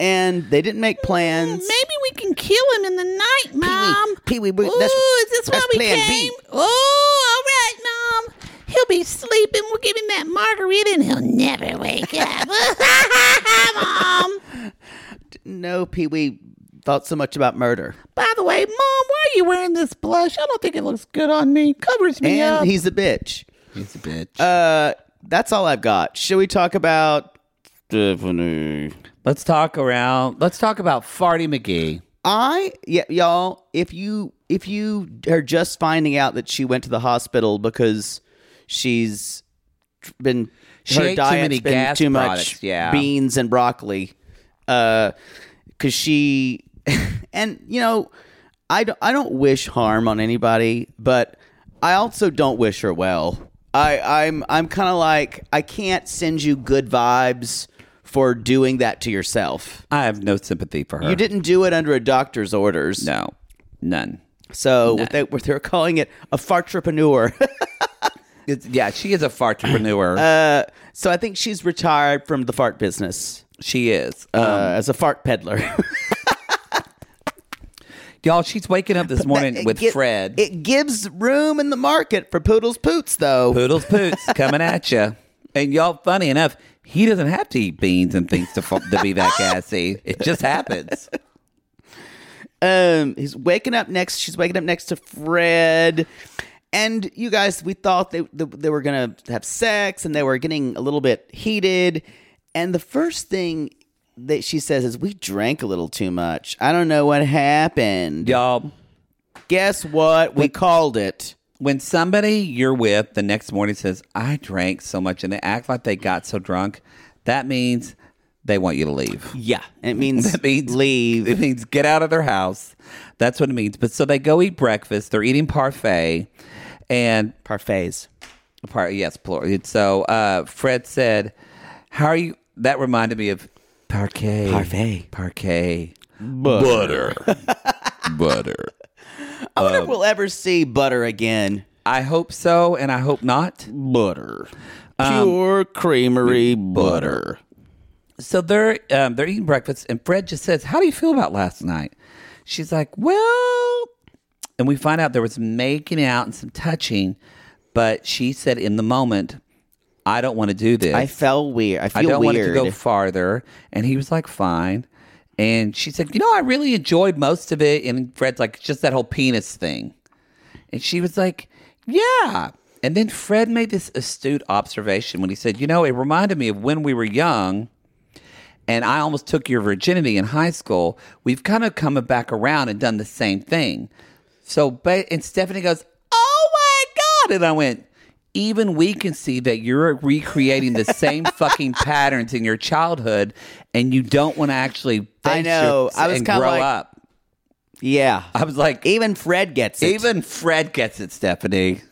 [SPEAKER 4] And they didn't make plans.
[SPEAKER 8] Maybe we can kill him in the night, Mom.
[SPEAKER 9] Pee Wee, we-
[SPEAKER 8] Ooh,
[SPEAKER 9] that's-
[SPEAKER 8] is this why
[SPEAKER 9] that's
[SPEAKER 8] we
[SPEAKER 9] plan B.
[SPEAKER 8] came? Oh, all right, Mom. He'll be sleeping. We'll give him that margarita, and he'll never wake
[SPEAKER 3] <laughs>
[SPEAKER 8] up. <laughs> Mom.
[SPEAKER 4] No, Pee Wee thought so much about murder.
[SPEAKER 8] By the way, Mom, why are you wearing this blush? I don't think it looks good on me. Covers me
[SPEAKER 4] And
[SPEAKER 8] up.
[SPEAKER 4] he's a bitch.
[SPEAKER 3] It's a bitch.
[SPEAKER 4] Uh, that's all I've got. Should we talk about Stephanie?
[SPEAKER 3] let's talk around. Let's talk about Farty McGee.
[SPEAKER 4] I yeah, y'all. If you if you are just finding out that she went to the hospital because She's been
[SPEAKER 3] She
[SPEAKER 4] her
[SPEAKER 3] ate too
[SPEAKER 4] diet's
[SPEAKER 3] many
[SPEAKER 4] been
[SPEAKER 3] gas
[SPEAKER 4] too much
[SPEAKER 3] products, yeah.
[SPEAKER 4] beans and broccoli. Uh, cause she, <laughs> and you know, I don't, I don't wish harm on anybody, but I also don't wish her well. I, I'm, I'm kind of like, I can't send you good vibes for doing that to yourself.
[SPEAKER 3] I have no sympathy for her.
[SPEAKER 4] You didn't do it under a doctor's orders.
[SPEAKER 3] No, none.
[SPEAKER 4] So they, they're calling it a fartrepreneur. <laughs>
[SPEAKER 3] It's, yeah, she is a fartrepreneur.
[SPEAKER 4] <clears throat> Uh, so I think she's retired from the fart business
[SPEAKER 3] she is.
[SPEAKER 4] uh, as a fart peddler. <laughs>
[SPEAKER 3] Y'all, she's waking up this morning
[SPEAKER 4] It
[SPEAKER 3] with
[SPEAKER 4] gi-
[SPEAKER 3] Fred.
[SPEAKER 4] It gives room in the market for poodles poots, though.
[SPEAKER 3] Poodles Poots coming at you. And y'all, funny enough, he doesn't have to eat beans and things to, fu- to be that gassy. It just happens.
[SPEAKER 4] Um, he's waking up next. She's waking up next to Fred. And you guys, we thought they they were gonna have sex, and they were getting a little bit heated. And the first thing that she says is, "We drank a little too much. I don't know what happened."
[SPEAKER 3] Y'all,
[SPEAKER 4] Guess what? We called it.
[SPEAKER 3] when somebody you're with the next morning says, I drank so much, and they act like they got so drunk, that means they want you to leave.
[SPEAKER 4] Yeah, it means
[SPEAKER 3] <laughs> That means
[SPEAKER 4] leave.
[SPEAKER 3] It means get out of their house. That's what it means. But so they go eat breakfast. They're eating parfait, and
[SPEAKER 4] parfaits.
[SPEAKER 3] par- yes, plural. And So uh, Fred said, "How are you?" That reminded me of parquet,
[SPEAKER 4] Parfait.
[SPEAKER 3] parquet,
[SPEAKER 4] Butter.
[SPEAKER 3] butter. Uh,
[SPEAKER 4] I wonder if we'll ever see butter again.
[SPEAKER 3] I hope so, and I hope not.
[SPEAKER 4] Butter.
[SPEAKER 3] Um,
[SPEAKER 4] Pure creamery butter.
[SPEAKER 3] So they're um, they're eating breakfast, and Fred just says, "How do you feel about last night?" She's like, "Well," and we find out there was making out and some touching, but she said in the moment, "I don't want to do this.
[SPEAKER 4] I felt weird. I feel
[SPEAKER 3] I don't
[SPEAKER 4] weird.
[SPEAKER 3] want it to go farther." And he was like, "Fine." And she said, "You know, I really enjoyed most of it." And Fred's like, "It's "Just that whole penis thing." And she was like, Yeah. And then Fred made this astute observation when he said, You know, it reminded me of when we were young and I almost took your virginity in high school. We've kind of come back around and done the same thing. So, ba- and Stephanie goes, Oh my God. And I went, even we can see that you're recreating the
[SPEAKER 4] <laughs>
[SPEAKER 3] same fucking patterns in your childhood, and you don't want to actually.
[SPEAKER 4] I
[SPEAKER 3] face
[SPEAKER 4] know.
[SPEAKER 3] your-
[SPEAKER 4] I was
[SPEAKER 3] and
[SPEAKER 4] kinda
[SPEAKER 3] grow
[SPEAKER 4] like-
[SPEAKER 3] up.
[SPEAKER 4] yeah.
[SPEAKER 3] I was like,
[SPEAKER 4] Even Fred gets it.
[SPEAKER 3] even Fred gets it, Stephanie.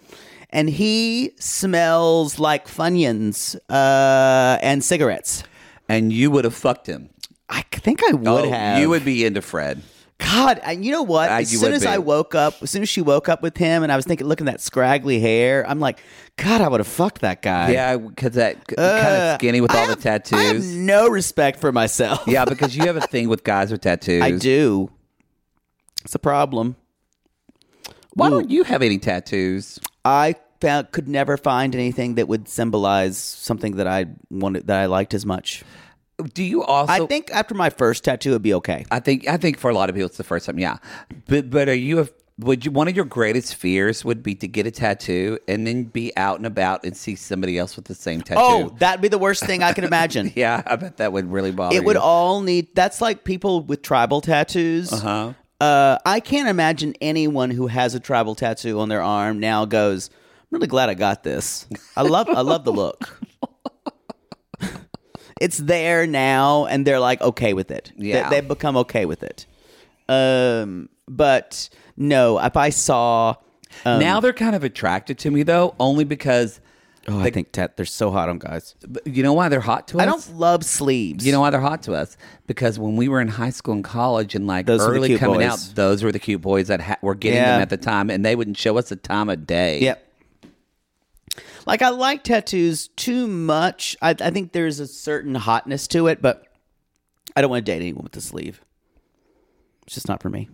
[SPEAKER 4] and he smells like Funyuns uh, and cigarettes.
[SPEAKER 3] and you would have fucked him.
[SPEAKER 4] I think I would
[SPEAKER 3] Oh,
[SPEAKER 4] have.
[SPEAKER 3] You would be into Fred.
[SPEAKER 4] God, and you know what?
[SPEAKER 3] Ah,
[SPEAKER 4] As
[SPEAKER 3] you
[SPEAKER 4] soon
[SPEAKER 3] would
[SPEAKER 4] as I
[SPEAKER 3] be.
[SPEAKER 4] woke up, as soon as she woke up with him, and I was thinking, looking at that scraggly hair, I'm like, God, I would have fucked that guy.
[SPEAKER 3] yeah, because that kind
[SPEAKER 4] Uh,
[SPEAKER 3] of skinny with
[SPEAKER 4] I
[SPEAKER 3] all
[SPEAKER 4] have-
[SPEAKER 3] the
[SPEAKER 4] I have
[SPEAKER 3] tattoos.
[SPEAKER 4] no respect for myself.
[SPEAKER 3] yeah, because you have a thing with guys with
[SPEAKER 4] <laughs>
[SPEAKER 3] tattoos.
[SPEAKER 4] I do. It's a problem.
[SPEAKER 3] Why don't you have any tattoos?
[SPEAKER 4] I found could never find anything that would symbolize something that I wanted that I liked as much.
[SPEAKER 3] Do you also?
[SPEAKER 4] I think after my first tattoo, it'd be okay.
[SPEAKER 3] I think. I think for a lot of people, it's the first time. Yeah, but but are you? A, would you? One of your greatest fears would be to get a tattoo and then be out and about and see somebody else with the same tattoo.
[SPEAKER 4] Oh, that'd be the worst thing I could
[SPEAKER 3] <laughs>
[SPEAKER 4] imagine.
[SPEAKER 3] yeah, I bet that would really bother.
[SPEAKER 4] It would
[SPEAKER 3] you.
[SPEAKER 4] all need. That's like people with tribal tattoos.
[SPEAKER 3] Uh-huh.
[SPEAKER 4] Uh, I can't imagine anyone who has a tribal tattoo on their arm now goes. I'm really glad I got this. I love. I love the look. <laughs> it's there now, and they're like okay with it. They-
[SPEAKER 3] Yeah.
[SPEAKER 4] they've become okay with it. Um, but no, if I saw, um,
[SPEAKER 3] now they're kind of attracted to me though, only because
[SPEAKER 4] oh, I think tat, they're so hot on guys.
[SPEAKER 3] you know why they're hot to us.
[SPEAKER 4] I don't love sleeves.
[SPEAKER 3] You know why they're hot to us? Because when we were in high school and college and like
[SPEAKER 4] Those were the
[SPEAKER 3] early
[SPEAKER 4] cute
[SPEAKER 3] coming
[SPEAKER 4] boys.
[SPEAKER 3] out, those were the cute boys that ha- were getting
[SPEAKER 4] Yeah.
[SPEAKER 3] them at the time, and they wouldn't show us the time of day.
[SPEAKER 4] Yep. Like I like tattoos too much. I, I think there's a certain hotness to it, but I don't want to date anyone with a sleeve. It's just not for me.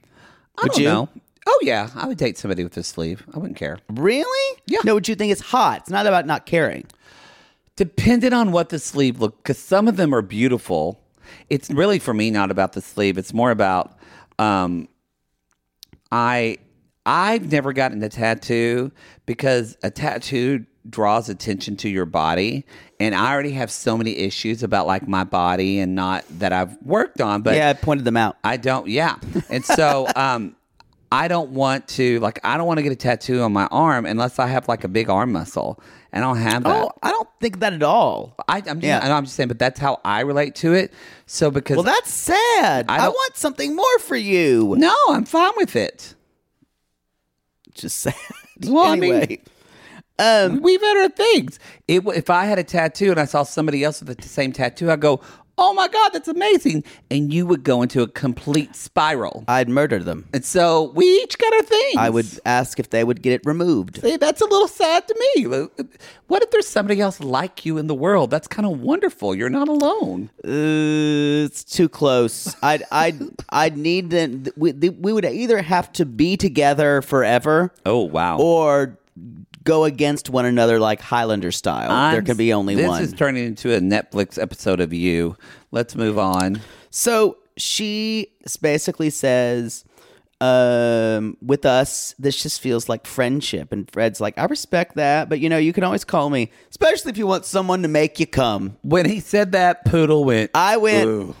[SPEAKER 3] I
[SPEAKER 4] Would
[SPEAKER 3] don't
[SPEAKER 4] you?
[SPEAKER 3] know. Oh yeah, I would date somebody with a sleeve. I wouldn't care.
[SPEAKER 4] Really?
[SPEAKER 3] Yeah.
[SPEAKER 4] No, would you think it's hot? It's not about not caring.
[SPEAKER 3] Depending on what the sleeve look, because some of them are beautiful. It's really for me not about the sleeve. It's more about um, I I've never gotten a tattoo because a tattoo draws attention to your body and I already have so many issues about like my body and not that I've worked on but
[SPEAKER 4] yeah, I pointed them out.
[SPEAKER 3] I don't yeah and so um I don't want to like I don't want to get a tattoo on my arm unless I have like a big arm muscle, and I don't have that.
[SPEAKER 4] Oh, I don't think that at all.
[SPEAKER 3] I, I'm just,
[SPEAKER 4] Yeah.
[SPEAKER 3] I know I'm just saying, but that's how I relate to it. So because
[SPEAKER 4] Well, that's sad.
[SPEAKER 3] I
[SPEAKER 4] I,
[SPEAKER 3] don't-
[SPEAKER 4] want something more for you.
[SPEAKER 3] no, I'm fine with it.
[SPEAKER 4] Just sad.
[SPEAKER 3] Well, I mean-
[SPEAKER 4] anyway, <laughs> I um,
[SPEAKER 3] We've had our things. It, w- if I had a tattoo and I saw somebody else with the t- same tattoo, I'd go, "Oh my god, that's amazing!" And you would go into a complete spiral.
[SPEAKER 4] I'd murder them.
[SPEAKER 3] And so we each got our things.
[SPEAKER 4] I would ask if they would get it removed.
[SPEAKER 3] See, that's a little sad to me. What if there's somebody else like you in the world? That's kind of wonderful. You're not alone.
[SPEAKER 4] Uh, it's too close. I'd I'd I'd need them. th- We, th- we would either have to be together forever.
[SPEAKER 3] Oh, wow.
[SPEAKER 4] Or go against one another like Highlander style. there
[SPEAKER 3] I'm-
[SPEAKER 4] can be only
[SPEAKER 3] this
[SPEAKER 4] one.
[SPEAKER 3] This is turning into a Netflix episode of you. Let's move on.
[SPEAKER 4] So she s- basically says, um, with us, this just feels like friendship. And Fred's like, I respect that, but you know, you can always call me, especially if you want someone to make you come.
[SPEAKER 3] When he said that, Poodle went.
[SPEAKER 4] I went,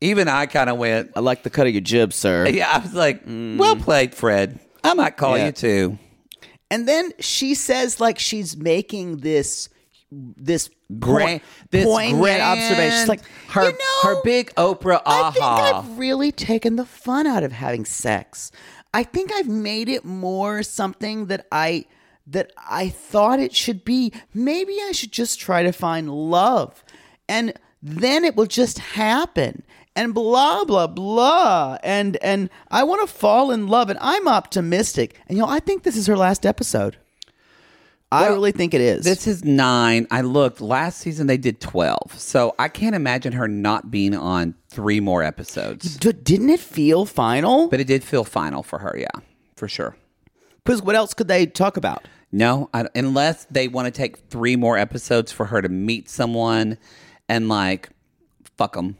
[SPEAKER 3] Even I kind of went.
[SPEAKER 4] I like the cut of your jib, sir.
[SPEAKER 3] Yeah, I was like, well played, Fred. I might call
[SPEAKER 4] Yeah.
[SPEAKER 3] you too.
[SPEAKER 4] And then she says, like, she's making this. This
[SPEAKER 3] Grand,
[SPEAKER 4] point,
[SPEAKER 3] this
[SPEAKER 4] poignant
[SPEAKER 3] grand,
[SPEAKER 4] observation. She's like
[SPEAKER 3] her,
[SPEAKER 4] you know,
[SPEAKER 3] her big Oprah
[SPEAKER 4] I think
[SPEAKER 3] aha.
[SPEAKER 4] I've really taken the fun out of having sex. I think I've made it more something that I that I thought it should be. Maybe I should just try to find love. And then it will just happen. And blah blah blah. And and I want to fall in love and I'm optimistic. And you know, I think this is her last episode. I
[SPEAKER 3] Well,
[SPEAKER 4] really think it is.
[SPEAKER 3] This is nine. I looked last season; they did twelve, so I can't imagine her not being on three more episodes.
[SPEAKER 4] D- didn't it feel final?
[SPEAKER 3] But it did feel final for her, yeah, for sure.
[SPEAKER 4] Because what else could they talk about?
[SPEAKER 3] No, I, unless they want to take three more episodes for her to meet someone and like fuck them.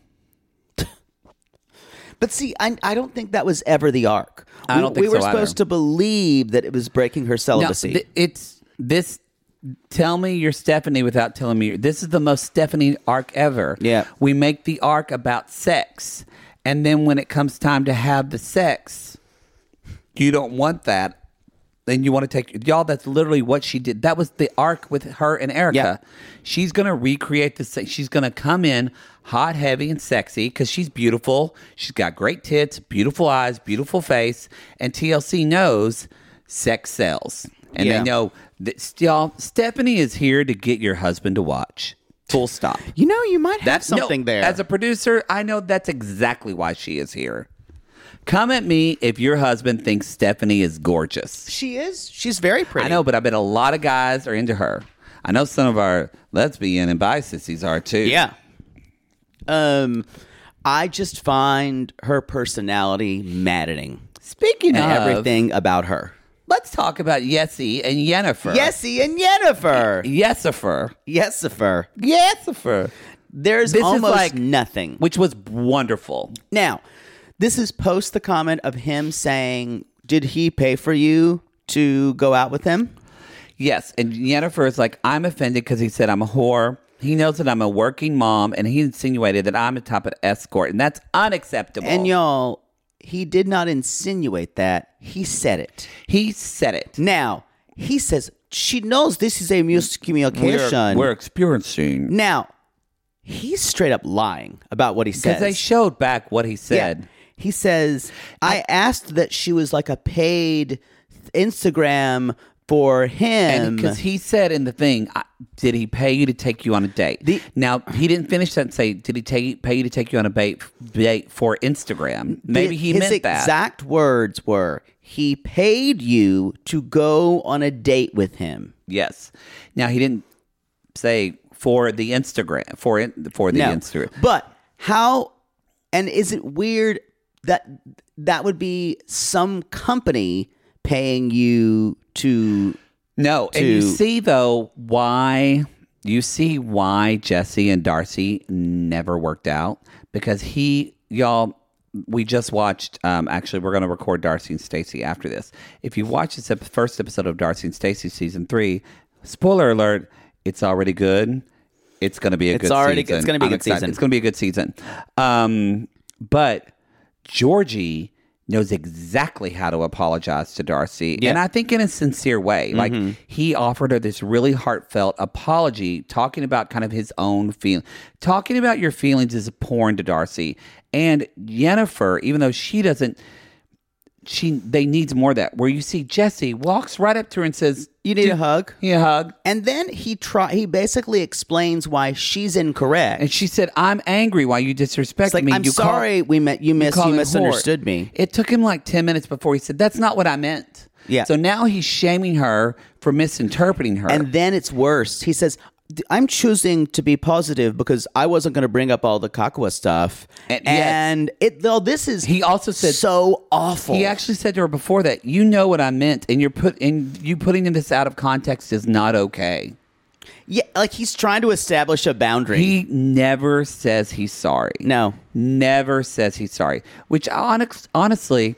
[SPEAKER 4] But see, I, I don't think that was ever the arc.
[SPEAKER 3] I
[SPEAKER 4] We-
[SPEAKER 3] don't
[SPEAKER 4] we
[SPEAKER 3] think
[SPEAKER 4] were
[SPEAKER 3] so either.
[SPEAKER 4] supposed to believe that it was breaking her celibacy.
[SPEAKER 3] it's this. Tell me you're Stephanie without telling me. You're, this is the most Stephanie arc ever.
[SPEAKER 4] Yeah.
[SPEAKER 3] we make the arc about sex, and then when it comes time to have the sex, you don't want that. Then you want to take y'all. That's literally what she did. That was the arc with her and Erica. She's gonna recreate the. se- She's gonna come in hot, heavy, and sexy because she's beautiful. She's got great tits, beautiful eyes, beautiful face, and TLC knows sex sells, and
[SPEAKER 4] Yeah.
[SPEAKER 3] they know that y'all. Stephanie is here to get your husband to watch. Full stop.
[SPEAKER 4] you know, you might have
[SPEAKER 3] no,
[SPEAKER 4] something there.
[SPEAKER 3] As a producer, I know that's exactly why she is here. Come at me if your husband thinks Stephanie is gorgeous.
[SPEAKER 4] she is. She's very pretty.
[SPEAKER 3] I know, but I bet a lot of guys are into her. I know some of our lesbian and bi sissies are too.
[SPEAKER 4] Yeah. Um, I just find her personality maddening
[SPEAKER 3] Speaking
[SPEAKER 4] and
[SPEAKER 3] of everything,
[SPEAKER 4] everything about her.
[SPEAKER 3] uh, let's talk about Yessie and Yennefer.
[SPEAKER 4] Yessie and
[SPEAKER 3] Eh,
[SPEAKER 4] Yennefer.
[SPEAKER 3] Yesifer.
[SPEAKER 4] Yesifer.
[SPEAKER 3] Yesifer.
[SPEAKER 4] There's
[SPEAKER 3] This is
[SPEAKER 4] almost
[SPEAKER 3] like-
[SPEAKER 4] nothing.
[SPEAKER 3] Which was wonderful.
[SPEAKER 4] Now, this is post the comment of him saying, "Did he pay for you to go out with him?"
[SPEAKER 3] Yes, and Jennifer is like, I'm offended because he said I'm a whore. He knows that I'm a working mom, and he insinuated that I'm a type of escort, and that's unacceptable.
[SPEAKER 4] And y'all, he did not insinuate that. He said it.
[SPEAKER 3] he said it.
[SPEAKER 4] Now, he says she knows this is a miscommunication.
[SPEAKER 3] experiencing
[SPEAKER 4] now, he's straight up lying about what he says.
[SPEAKER 3] because they showed back what he
[SPEAKER 4] Yeah.
[SPEAKER 3] said.
[SPEAKER 4] He says, I asked that she was like a paid Instagram for
[SPEAKER 3] And
[SPEAKER 4] him.
[SPEAKER 3] because he said in the thing, I, did he pay you to take you on a date?
[SPEAKER 4] The-
[SPEAKER 3] now he didn't finish that. And say, did he take, pay you to take you on a bait, date for Instagram? Maybe he
[SPEAKER 4] his
[SPEAKER 3] meant that.
[SPEAKER 4] exact words were, he paid you to go on a date with him.
[SPEAKER 3] Yes. Now he didn't say for the Instagram for in, for the Instagram.
[SPEAKER 4] But how and is it weird that that would be some company paying you to
[SPEAKER 3] No, and you
[SPEAKER 4] to-
[SPEAKER 3] see though why you see why Jesse and Darcy never worked out because he y'all we just watched um actually we're going to record Darcy and Stacy after this. If you watch this ep- first episode of Darcy and Stacy season 3, spoiler alert, it's already good. It's going to be a
[SPEAKER 4] It's
[SPEAKER 3] good
[SPEAKER 4] already-
[SPEAKER 3] season.
[SPEAKER 4] it's gonna be a
[SPEAKER 3] I'm
[SPEAKER 4] good
[SPEAKER 3] excited.
[SPEAKER 4] season.
[SPEAKER 3] It's going to be a good season. Um but Georgie knows exactly how to apologize to Darcy. And I think in a sincere way.
[SPEAKER 4] Mm-hmm.
[SPEAKER 3] Like he offered her this really heartfelt apology, talking about kind of his own feeling. Talking about your feelings is porn to Darcy. And Jennifer, even though she doesn't she they needs more of that. Where you see Jesse walks right up to her and says,
[SPEAKER 4] You need a
[SPEAKER 3] "Dude,
[SPEAKER 4] hug.
[SPEAKER 3] You need a hug.
[SPEAKER 4] And then he try he basically explains why she's incorrect.
[SPEAKER 3] And she said, I'm angry why you disrespect
[SPEAKER 4] It's like
[SPEAKER 3] me.
[SPEAKER 4] I'm
[SPEAKER 3] you call-
[SPEAKER 4] sorry we met you miss you,
[SPEAKER 3] call him
[SPEAKER 4] misunderstood
[SPEAKER 3] whore."
[SPEAKER 4] me.
[SPEAKER 3] It took him like 10 minutes before he said, That's not what I meant.
[SPEAKER 4] Yeah.
[SPEAKER 3] So now he's shaming her for misinterpreting her.
[SPEAKER 4] And then it's worse. He says, "D- I'm choosing to be positive because I wasn't going to bring up all the Kakwa stuff.
[SPEAKER 3] And-
[SPEAKER 4] And,
[SPEAKER 3] yes.
[SPEAKER 4] it, though, this is
[SPEAKER 3] he also said,
[SPEAKER 4] so awful.
[SPEAKER 3] He actually said to her before that, You know what I meant. And you're put and you putting this out of context is not okay.
[SPEAKER 4] yeah, like he's trying to establish a boundary.
[SPEAKER 3] He never says he's sorry.
[SPEAKER 4] no.
[SPEAKER 3] Never says he's sorry, which honest, honestly,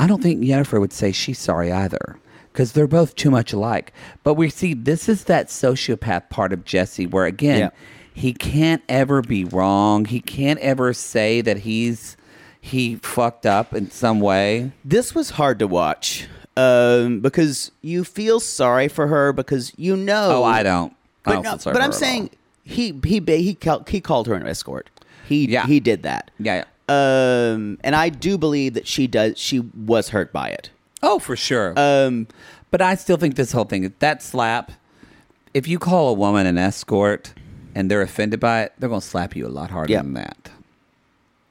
[SPEAKER 3] I don't think Jennifer would say she's sorry either because they're both too much alike. But we see this is that sociopath part of Jesse where, again,
[SPEAKER 4] Yeah.
[SPEAKER 3] he can't ever be wrong. He can't ever say that he's he fucked up in some way.
[SPEAKER 4] This was hard to watch um, because you feel sorry for her because you know.
[SPEAKER 3] Oh, I don't. I
[SPEAKER 4] But,
[SPEAKER 3] don't
[SPEAKER 4] no,
[SPEAKER 3] feel sorry
[SPEAKER 4] but
[SPEAKER 3] for
[SPEAKER 4] I'm
[SPEAKER 3] her at
[SPEAKER 4] saying
[SPEAKER 3] all.
[SPEAKER 4] he he ba- he cal- he called her an escort. He
[SPEAKER 3] Yeah.
[SPEAKER 4] he did that.
[SPEAKER 3] Yeah, yeah.
[SPEAKER 4] Um, and I do believe that she does. She was hurt by it.
[SPEAKER 3] Oh, for sure.
[SPEAKER 4] Um,
[SPEAKER 3] But I still think this whole thing that slap. If you call a woman an escort and they're offended by it, they're going to slap you a lot harder
[SPEAKER 4] Yeah.
[SPEAKER 3] than that.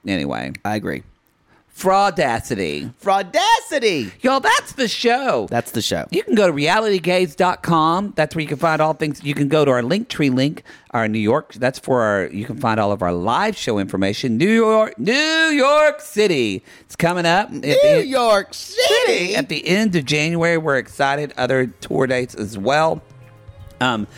[SPEAKER 3] Anyway,
[SPEAKER 4] I agree.
[SPEAKER 3] fraudacity,
[SPEAKER 4] Fraudacity.
[SPEAKER 3] y'all. That's the show.
[SPEAKER 4] That's the show.
[SPEAKER 3] you can go to realitygaze.com. That's where you can find all things. You can go to our Linktree link, our New York. That's for our, you can find all of our live show information. New York, New York City. It's coming up. New
[SPEAKER 4] York City.
[SPEAKER 3] at the end of January. We're excited. Other tour dates as well. Um,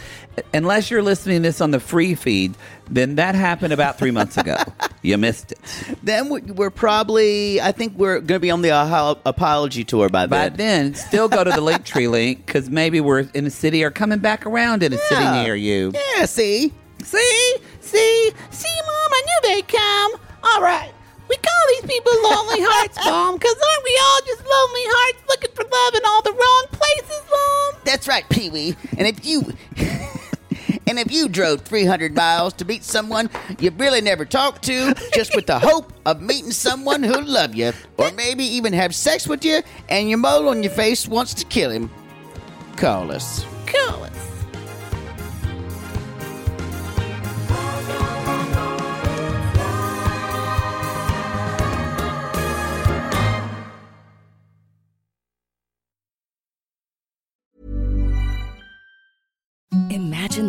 [SPEAKER 3] unless you're listening to this on the free feed, then that happened about three months ago. you missed it.
[SPEAKER 4] Then we- we're probably. I think we're going to be on the aho- apology tour by
[SPEAKER 3] By
[SPEAKER 4] then.
[SPEAKER 3] then, still go to the Linktree link because maybe we're in a city or coming back around in a city
[SPEAKER 4] Yeah.
[SPEAKER 3] near you.
[SPEAKER 4] Yeah. See.
[SPEAKER 3] See?
[SPEAKER 8] See, see, Mom, I knew they'd come. All right. We call these people lonely hearts, Mom, because aren't we all just lonely hearts looking for love in all the wrong places,
[SPEAKER 3] Um,
[SPEAKER 8] Mom?
[SPEAKER 9] That's right, Pee Wee. And if you. <laughs> And if you drove 300 miles to meet someone you really never talked to, just
[SPEAKER 3] <laughs>
[SPEAKER 9] with the hope of meeting someone who'll love you, or maybe even have sex with you, and your mole on your face wants to kill him, call us.
[SPEAKER 8] Call us.
[SPEAKER 10] Imagine